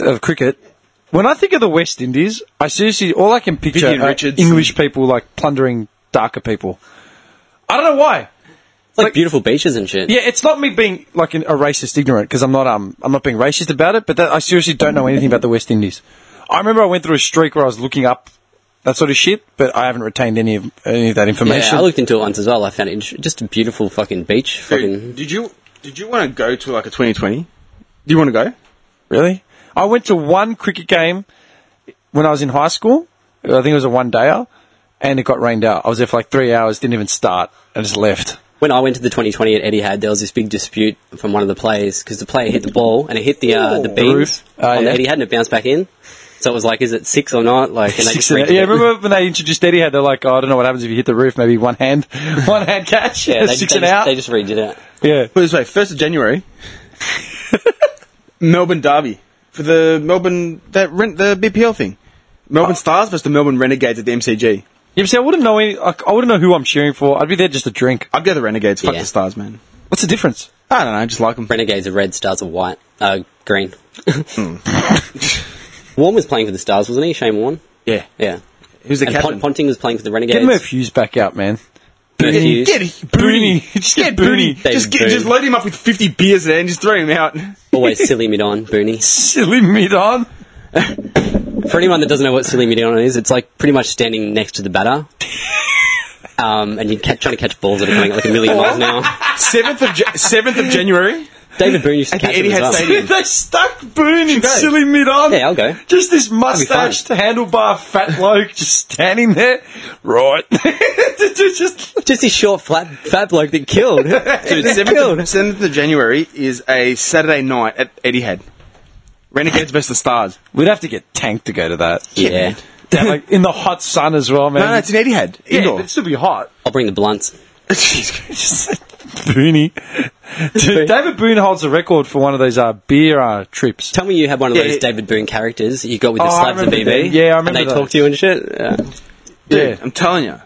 of cricket. When I think of the West Indies, I seriously all I can picture
Vivian
are
Richards.
English people like plundering darker people. I don't know why.
It's like, beautiful beaches and shit.
Yeah, it's not me being like an, a racist ignorant because I'm not um I'm not being racist about it, but that, I seriously don't know anything about the West Indies. I remember I went through a streak where I was looking up that sort of shit, but I haven't retained any of any of that
Yeah,
information.
I looked into it once as well. I found it inter- just a beautiful fucking beach. Fucking
Dude, did you did you want to go to like a 2020? Do you want to go?
Really? I went to one cricket game when I was in high school. I think it was a one dayer, and it got rained out. I was there for like three hours, didn't even start. I just left.
when I went to the 2020 at Etihad, there was this big dispute from one of the players because the player hit the ball and it hit the uh, the beams
roof. Oh,
on
yeah.
the Etihad and it bounced back in. So it was like, is it six or not? Like, and they just
Six and
freaked
a- yeah,
out.
remember when they introduced Eddie? Had they're like, oh, I don't know what happens if you hit the roof. Maybe one hand, [laughs] one hand catch. [laughs]
[laughs] Yeah, they,
six
they
and
just,
out.
They just redid it.
yeah,
Put it this way, first of [laughs] January, Melbourne Derby for the Melbourne that rent the BPL thing. Melbourne Stars versus the Melbourne Renegades at the
yeah.
MCG.
But see, I wouldn't know any. Like, I wouldn't know who I'm cheering for. I'd be there just to drink.
I'd go the Renegades. Fuck
Yeah.
the Stars, man.
What's the difference?
I don't know. I just like them.
Renegades are red, Stars are white, uh, green.
Hmm.
[laughs]
[laughs]
Warren was playing for the Stars, wasn't he? Shane Warren.
Yeah.
Yeah.
Who's the
And Pon-
captain?
Ponting was playing for the Renegades.
Get Murphy's back out, man.
Hughes.
[laughs]
Get
Booney.
Booney.
Just get Booney.
David
Just, get, just
Boone.
load him up with 50 beers there and just throw him out.
Always silly mid on, Booney.
Silly mid on.
For anyone that doesn't know what silly mid on is, it's like pretty much standing next to the batter. Um, and you're ca- trying to catch balls that are coming at like a million miles an hour.
7th of, Ja- 7th of January.
David Boone used to
At the
catch them as
Etihad
well.
Stadium.
[laughs] they stuck Boone in
go?
silly mid on.
Yeah, I'll go.
Just this mustached handlebar fat bloke just standing there. Right. [laughs] just
Just this short, flat, fat bloke that [laughs] killed.
Dude, 7th, of, 7th of January is a Saturday night at Etihad. Renegades versus the Stars.
We'd have to get tanked to go to that.
yeah.
Down, like in the hot sun as well, man.
No, no, it's in Etihad.
yeah,
Indoor. [laughs]
it'd still be hot.
I'll bring the blunts.
Booney. Dude, [laughs] David Boone holds the record for one of those uh, beer uh, [laughs] trips.
Tell me you had one of
Yeah,
those
yeah.
David Boone characters you got with the
Oh, I
slabs of
remember
BB.
that. Yeah, I
And
remember
they
that.
talk to you and shit. Yeah.
Yeah.
I'm telling you.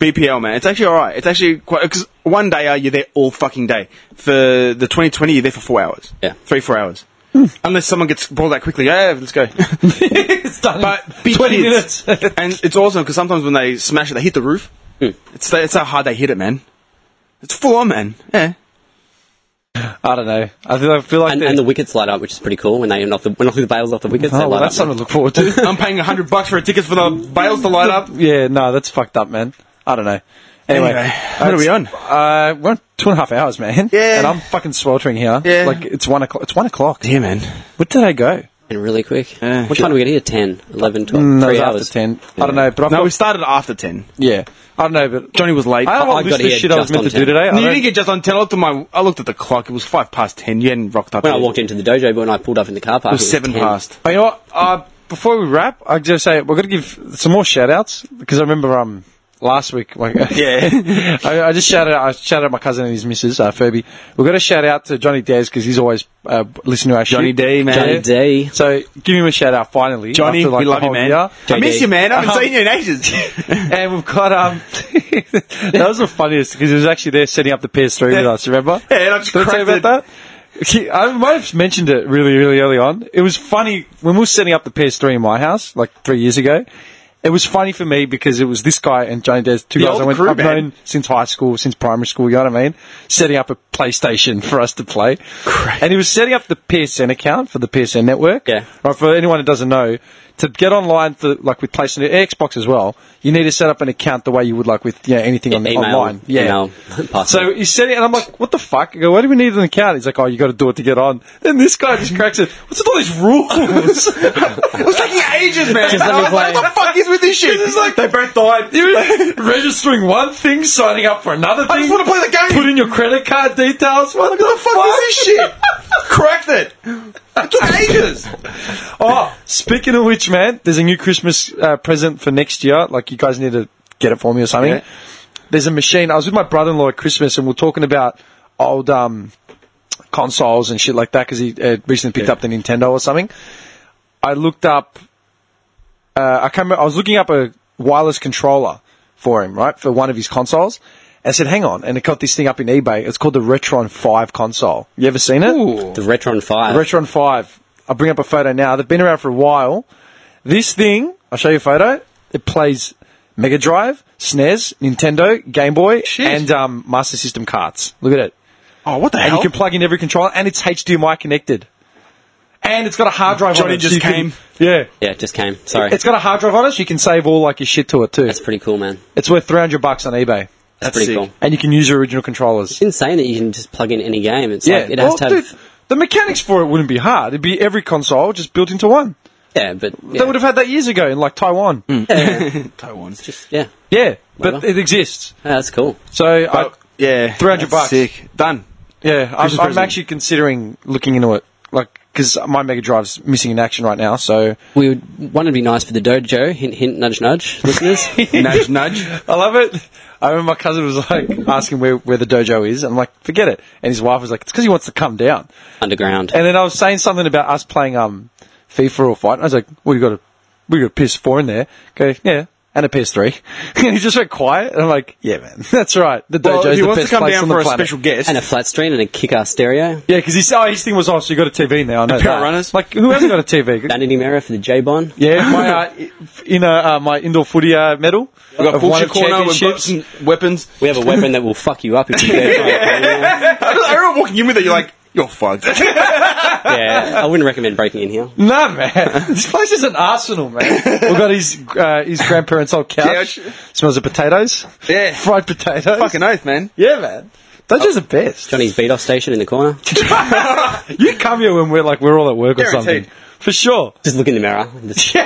BPL, man. It's actually alright. It's actually quite. Because one day uh, you're there all fucking day. For the 2020, you're there for four hours.
Yeah.
Three, four hours. Unless someone gets balled out quickly. Yeah, let's go. [laughs]
it's done. in
But be
20
kids.
minutes.
and it's awesome because sometimes when they smash it, they hit the roof. It's, it's how hard they hit it, man. It's full on, man. Yeah.
I don't know. I feel, I feel like
And,
they're-
and the wickets light up, which is pretty cool when they knock the, when knock the bails off the wickets. they
oh, well,
light
that's
up.
something to look forward to.
[laughs] I'm paying 100 bucks for a ticket for the bales to light up.
Yeah, no, that's fucked up, man. I don't know. Anyway,
Anyway, what are we on?
Uh, we're on two and a half hours, man.
Yeah.
and I'm fucking sweltering here.
Yeah.
like it's one o'clock. It's one o'clock.
Yeah, man.
What did I go?
And really quick.
Yeah.
what time do we get here? 10, 11, 12,
No, it Mm, was
three
after
hours.
ten. I don't know, but I've
No,
got,
we started after 10.
yeah, I don't know, but
Johnny was late.
I don't know what
I
list
got
of
here
shit I was
just
meant
on
to do
10.
today. I
you
don't-
didn't get just on 10. I looked at, my, I looked at the clock. It was 5 past 10. You hadn't rocked up.
When I
yet.
walked into the dojo, but when I pulled up in the car park,
It was 7 past.
But you know what? Uh, before we wrap, I'd just say we're going to give some more shout outs because I remember um, last week. [laughs] Like,
Yeah.
I, I just shouted out, I shouted out my cousin and his missus, uh, Phoebe. We've got to shout out to Johnny Days because he's always uh, listening to our
Johnny
shit.
D, man.
Johnny D.
So give him a shout out finally.
Johnny,
after, like,
we
the
love you,
whole
man. Oh.
year.
I miss
JD.
you, man. I haven't seen you in ages.
And we've got um, [laughs] that was the funniest because he was actually there setting up the PS3 with us. Remember?
Yeah, and I just
Did I tell you
cracked
about that? He- I might have mentioned it really, really early on. It was funny when we were setting up the PS3 in my house like three years ago. It was funny for me because it was this guy and Johnny Des, two
The
guys I
old
went,
crew,
I've
man.
known since high school, since primary school. You know what I mean? Setting up a PlayStation for us to play, and he was setting up the PSN account for the PSN network.
Yeah.
Right, for anyone who doesn't know, to get online for like with PlayStation, Xbox as well, you need to set up an account the way you would like with you know, anything on,
Email.
online. Yeah.
Email. [laughs] Password.
So he said it, and I'm like, "What the fuck?" I go, "Why do we need an account?" He's like, "Oh, you got to do it to get on." Then this guy just cracks it. What's with all these rules? [laughs]
It was taking ages, man.
Just let me
I was like,
play.
what the fuck is with this shit?
It's like-
they both died.
You were [laughs] registering one thing, signing up for another thing.
I just want to play the game.
Put in your credit card details. What
What the fuck, is this shit? Cracked it. It took ages.
[laughs] Oh, speaking of which, man, there's a new Christmas uh, present for next year. Like, you guys need to get it for me or something.
Yeah.
There's a machine. I was with my brother-in-law at Christmas, and we are talking about old um, consoles and shit like that because he uh, recently picked up the Nintendo or something. I looked up. Uh, I can't remember, I was looking up a wireless controller for him, right, for one of his consoles. And I said, "Hang on," and it got this thing up in eBay. It's called the Retron Five console. You ever seen it?
The Retron 5.
Retron 5. I'll bring up a photo now. They've been around for a while. This thing, I'll show you a photo. It plays Mega Drive, SNES, Nintendo, Game Boy, and um, Master System carts. Look at it.
[laughs] Oh, what the
And
hell?
you can plug in every controller, and it's HDMI connected. and it's got a hard drive
Johnny
on it.
just
you can-
came.
yeah.
Yeah, it just came. Sorry.
It's got a hard drive on it, so you can save all like your shit to it too.
That's pretty cool, man.
It's worth 300 bucks on eBay.
That's,
That's
pretty
sick.
cool.
And you can use your original controllers.
It's insane that you can just plug in any game. It's like it has
well,
to have.
dude, the mechanics for it wouldn't be hard. It'd be every console just built into one.
Yeah, but yeah,
They would have had that years ago in like Taiwan.
Hmm. Taiwan.
yeah.
Yeah, but
Whatever.
it exists.
Yeah, that's cool.
So I,
But, yeah,
300
that's
bucks.
Sick. [laughs] Done.
yeah, I'm,
Christmas
I'm
present.
actually considering looking into it. Like, because my Mega Drive's missing in action right now, so
We would one would be nice for the dojo. Hint, hint,
[laughs]
nudge, nudge. Listeners,
nudge, nudge.
I love it. I remember my cousin was like asking where, where the dojo is. I'm like, forget it. And his wife was like, it's because he wants to come down.
underground.
And then I was saying something about us playing um FIFA or fight. And I was like, "Well, you got a we got a PS4 in there." Go, yeah, and a PS3. [laughs] and he just went quiet. And I'm like, "Yeah, man, [laughs] that's right. The
Well,
dojo's
if he
the
wants to
best
come
place
down
on the
for a
planet."
special guest.
And a flat screen and a kick-ass stereo.
yeah, because he said, oh, his thing was, oh, so you got a TV now. I know
Parrot
that.
Runners?
Like, who hasn't got a
[laughs]
TV?
Vanity mirror for the J-Bon.
yeah, my, uh, in, uh, uh, my indoor footy uh, medal.
We've got
I've won
bullshit
a
corner with
championships.
books and weapons.
We have a weapon that will fuck you up if you get it.
[laughs] I just- I remember walking in with it. You're like, you're [laughs] fucked.
Yeah, I wouldn't recommend breaking in here.
[laughs] Nah, man. This place is an arsenal,
[laughs]
man. We've got his uh, his grandparents' old couch.
Couch.
Smells of potatoes.
Yeah.
Fried potatoes.
Fucking oath, man.
Yeah, man. Dojo's the best.
Johnny's beat off station in the corner.
You come here when we're like we're all at work or
Guaranteed.
something. For
[laughs]
sure.
Just look in the mirror. Just-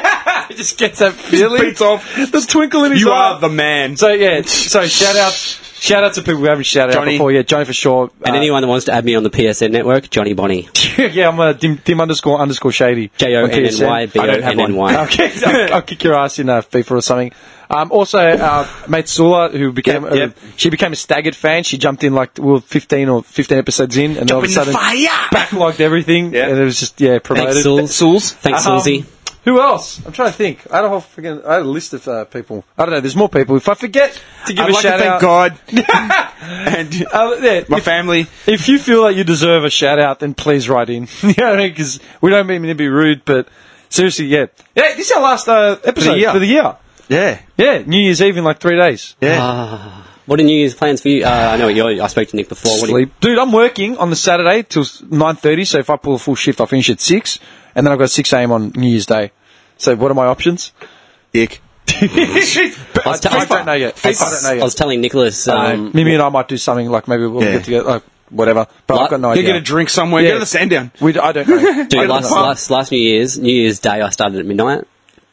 He just gets that feeling.
beats off.
The twinkle in his
You
eye.
are the man.
So yeah, so shout out shout out to people we haven't shouted out
Johnny.
before. Yeah, Johnny for sure. Uh,
and anyone that wants to add me on the PSN network, Johnny Bonnie.
[laughs] yeah, I'm a dim, dim underscore underscore shady.
J O
on
N N Y
TSN.
B O
I don't have
N N
I'll
Y.
kick, I'll, I'll kick your ass in uh, FIFA or something. Um, also, uh, mate Sula, who became
Yep,
uh,
yep.
she became a staggered fan. She jumped in like we were 15 or 15 episodes in, and all of a sudden
Jumping the fire.
backlogged everything,
Yeah.
and it was just yeah promoted.
Thanks, Souls.
Souls.
Thanks,
Um,
Soulsy.
Who else? I'm trying to think. I had a whole freaking. I had a list of uh, people. I don't know. There's more people. If I forget to give
I'd
a
like to
shout
thank
out,
God and
[laughs] Uh, yeah,
my [laughs]
if,
family.
if you feel like you deserve a shout out, then please write in. [laughs] you know what I mean? Because we don't mean to be rude, but seriously, yeah. Yeah, this is our last uh, episode
year.
for the year.
Yeah,
Yeah, New Year's Eve in like three days.
yeah.
Uh, What are New Year's plans for you? Uh, I know what you I spoke to Nick before. What do you-
Sleep, dude. I'm working on the Saturday till nine thirty. So if I pull a full shift, I finish at six, and then I've got six a.m. on New Year's Day. So what are my options?
Dick.
I,
was t-
I don't know yet.
I
I
was,
don't know yet.
I was telling Nicholas.
Um,
Um,
Mimi and I might do something like maybe we'll
Yeah.
get together, like whatever. But
Like,
I've got no
Go
idea.
get a drink somewhere.
Yeah.
Go to the Sandown.
We d- I don't
[laughs]
know.
Dude,
Over
last,
the pub.
last last New Year's New Year's Day, I started at midnight,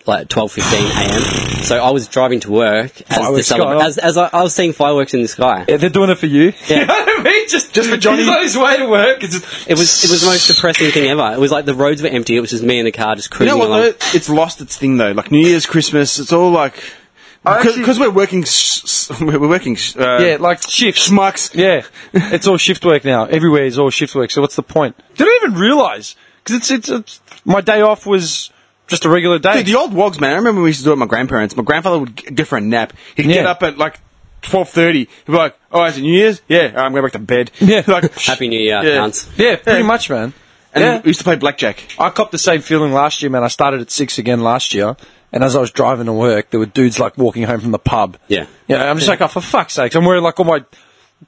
like twelve fifteen a.m. So I was driving to work as
Fireworks
the celebra-
going off.
as, as I, I was seeing fireworks in the sky.
Yeah, they're doing it for you. [laughs]
Yeah.
you know what I mean? Just,
Just for Johnny.
He's on his way to work. It's just,
It was it was the most depressing thing ever. It was like the roads were empty. It was just me and the car just
You
cruising
know what?
along.
though? It's lost its thing though. Like New Year's, Christmas. It's all like
actually-
because we're working. Sh- s- [laughs] we're working. Sh- uh,
yeah, like Um, shifts.
schmucks.
Yeah, it's all shift work now. Everywhere is all shift work. So what's the point? Did I even realize? Because it's, it's it's my day off was just a regular day.
Dude, the old wogs, man. I remember we used to do it with my grandparents. My grandfather would g- go for a nap. He'd get
Yeah.
up at like twelve thirty. He'd be like, "Oh, is it New Year's? Yeah, alright, I'm going back to bed."
Yeah. [laughs]
like
Happy New Year,
Yeah.
cunts.
yeah, pretty much, man.
And
yeah.
we used to play blackjack.
I copped the same feeling last year, man. I started at six again last year, and as I was driving to work, there were dudes like walking home from the pub.
Yeah.
you know, I'm just like, oh, for fuck's sakes, I'm wearing like all my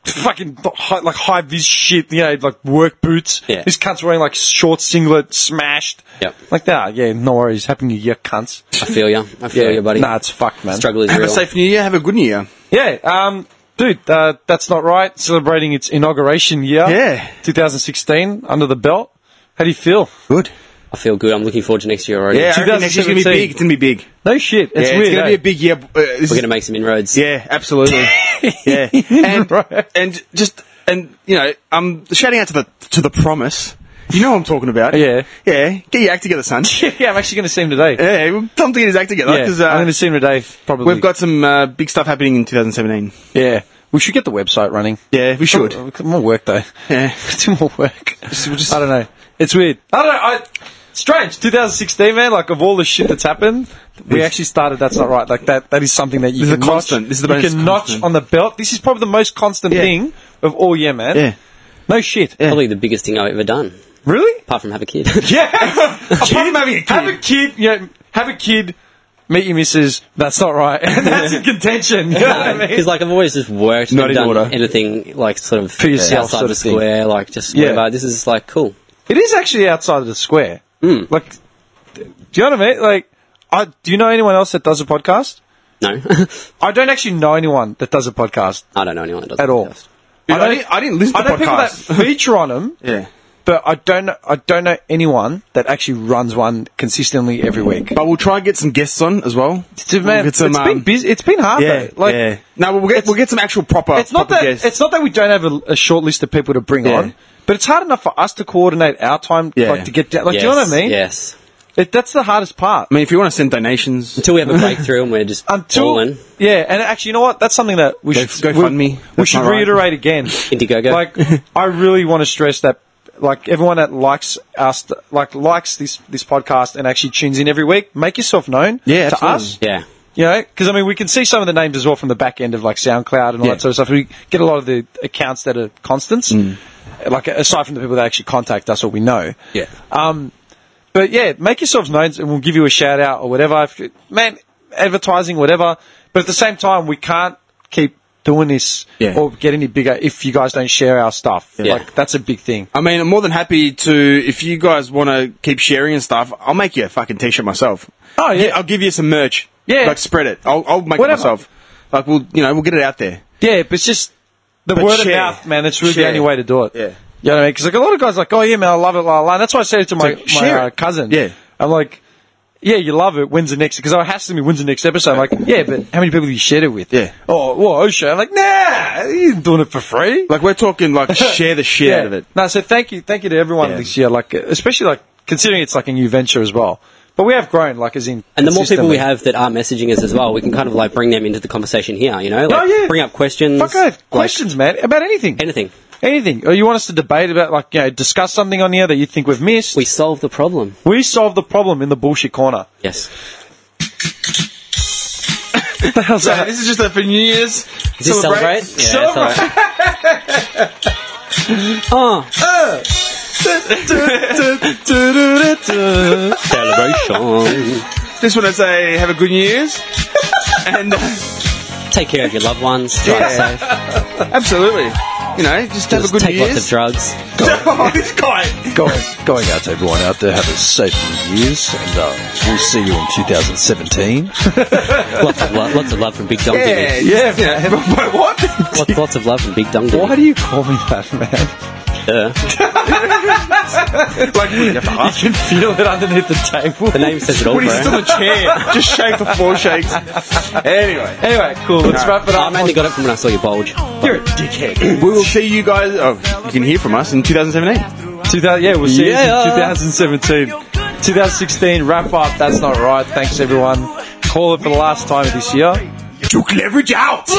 fucking high, like high vis shit, you know, like work boots.
Yeah.
This cunt's wearing like short singlet, smashed.
Yep.
Like that, yeah, no worries. Happy New Year, cunts.
I feel you. I feel you, buddy.
Nah, it's fucked, man.
Struggle is
Have
real.
a safe New Year. Have a good New Year.
Yeah, um, dude, uh, that's not right. Celebrating its inauguration year.
Yeah.
2016, under the belt. How do you feel?
Good.
I feel good. I'm looking forward to next year already.
Yeah, I reckon next year's gonna be
2017.
big. It's gonna be big.
No shit. It's
yeah,
weird.
it's gonna
eh?
be a big year. Uh, this
We're
is-
gonna make some inroads.
[laughs] yeah, absolutely.
[laughs]
yeah, and
Right.
and just and you know, I'm shouting out to the to the promise. You know what I'm talking about.
Yeah.
yeah. Get your act together, son.
[laughs] yeah, I'm actually going to see him today.
yeah, well, Tom to get his act together
Yeah,
'cause,
I'm
uh,
going to see him today. Probably.
we've got some uh, big stuff happening in 2017.
Yeah, we should get the website running.
Yeah, we should.
Oh, More work though.
[laughs] Yeah.
[laughs] do more work. I don't know. It's weird. I don't know. I, strange. 2016, man. Like of all the shit that's happened, we actually started. That's not right. Like that. That is something that you
This is
can
a constant.
Notch,
This is the
you
most
can
constant.
notch on the belt. This is probably the most constant
Yeah.
thing of all year, man.
Yeah.
No shit.
Probably the biggest thing I've ever done,
Really?
apart from have a
[laughs]
kid. [laughs]
Yeah. Apart
from having a kid.
Have a [laughs] kid. Yeah. Have a kid. Meet your missus. That's not right. [laughs] And that's in contention. You know what I mean?
Because like I've always just worked,
Not
not
in
done
order.
anything like sort of
yourself
outside
sort
the
of thing.
square, like just
Yeah.
whatever. This is like cool.
It is actually outside of the square. Like, do you know what I mean? Like, I, do you know anyone else that does a podcast?
No, [laughs]
I don't actually know anyone that does a podcast
I don't know anyone that does
at all.
podcasts.
Dude, I didn't- I didn't listen
I
to
know people that
podcasts. [laughs]
feature on them,
Yeah.
but I don't. know- I don't know anyone that actually runs one consistently every week.
But we'll try and get some guests on as well.
Dude, man,
We'll get some,
it's been
um,
busy. It's been hard.
Yeah,
though. Like,
yeah. No, we'll get, we'll get some actual proper.
it's not
proper
that
guests.
it's not that we don't have a, a short list of people to bring
Yeah.
on, but it's hard enough for us to coordinate our time
Yeah.
like, to get down. Like, do you know what I
Yes,
mean?
Yes.
It, that's the hardest part.
I mean, if you want to send donations,
Until
[laughs]
we have a breakthrough and we're just
Until
balling.
Um, yeah, and actually, you know what? That's something that we
Go-
should
go
we,
fund me.
We
That's
should
my right.
reiterate again.
Indiegogo.
Like, I really want to stress that, like everyone that likes us, like likes this this podcast and actually tunes in every week, make yourself known.
Yeah,
to
absolutely.
us.
yeah.
You know, because I mean, we can see some of the names as well from the back end of like SoundCloud and all
Yeah. Mm.
that sort of stuff. We get a lot of the accounts that are constants, like aside from the people that actually contact us or we know.
Yeah.
Um, but yeah, make yourselves known and we'll give you a shout out or whatever. If you- man, advertising, whatever. But at the same time, we can't keep doing this
Yeah.
or get any bigger if you guys don't share our stuff.
Yeah.
Like that's a big thing.
I mean, I'm more than happy to. If you guys want to keep sharing and stuff, I'll make you a fucking t-shirt myself.
Oh, yeah.
Gi- I'll give you some merch.
Yeah.
like spread it. I'll, I'll make
Whatever.
it myself. Like we'll, you know, we'll get it out there.
Yeah, but it's just the
But
word
share.
of mouth, man. That's really
Share.
the only way to do it.
Yeah.
You know what I mean? Because like a lot of guys, are like, oh yeah, man, I love it, la la. la." And that's why I said it to my,
like,
my
share
uh,
it.
cousin.
Yeah.
I'm like, yeah, you love it. When's the next? Because I asked him, when's the next episode? I'm like, yeah, but how many people have you shared it with?
Yeah.
Oh, whoa, Osho. I'm like, nah, you ain't doing it for free.
Like we're
[laughs]
talking, like share the shit out of it.
No, so thank you, thank you to everyone
Yeah.
this year. Like, especially like considering it's like a new venture as well. But we have grown, like as in,
And the more
consistently.
people we have that are messaging us as well, we can kind of like bring them into the conversation here, you know? Like
Oh, yeah.
bring up questions.
Fuck, I have
like,
questions, man, about anything.
anything.
Anything. Or you want us to debate about, like, you know, discuss something on here that you think we've missed?
We solve the problem.
We solved the problem in the bullshit
[laughs]
corner.
Yes.
The hell's
So
that?
this is just a for New Year's.
Does [laughs] this celebrate? Yeah,
Celebrate.
celebrate.
[laughs]
oh.
[laughs]
Celebration.
Just want to say, have a good New Year's. and uh,
Take care of your loved ones. Drive
Yeah.
safe.
absolutely, you know, just have a good
Take
New
lots of
Year's.
drugs.
[laughs] oh, this guy.
Going, going out to everyone out there, have a safe New Year's, and uh, we'll see you in 2017.
Lots of, lo- lots of love from Big Dong
Yeah,
Diggy.
yeah. yeah. [laughs] Wait, what?
Lots, lots of love from Big Dong
Why
Diggy.
do you call me that, [laughs] man?
Uh,
like, you have to
I
ask.
can feel it underneath the table.
the name says it all,
When he's
bro.
still in the chair, [laughs] just shake for four shakes. Anyway.
[laughs] Anyway, cool, let's
No.
wrap it
I
up.
mainly Oh, got it from when I saw your bulge.
You're a dickhead. [clears throat]
We will see you guys. Oh, you can hear from us in 2017.
2000, yeah, we'll see
Yeah.
you in 2017. 2016, wrap up, that's not right. Thanks, everyone. Call it for the last time of this year.
Took leverage out.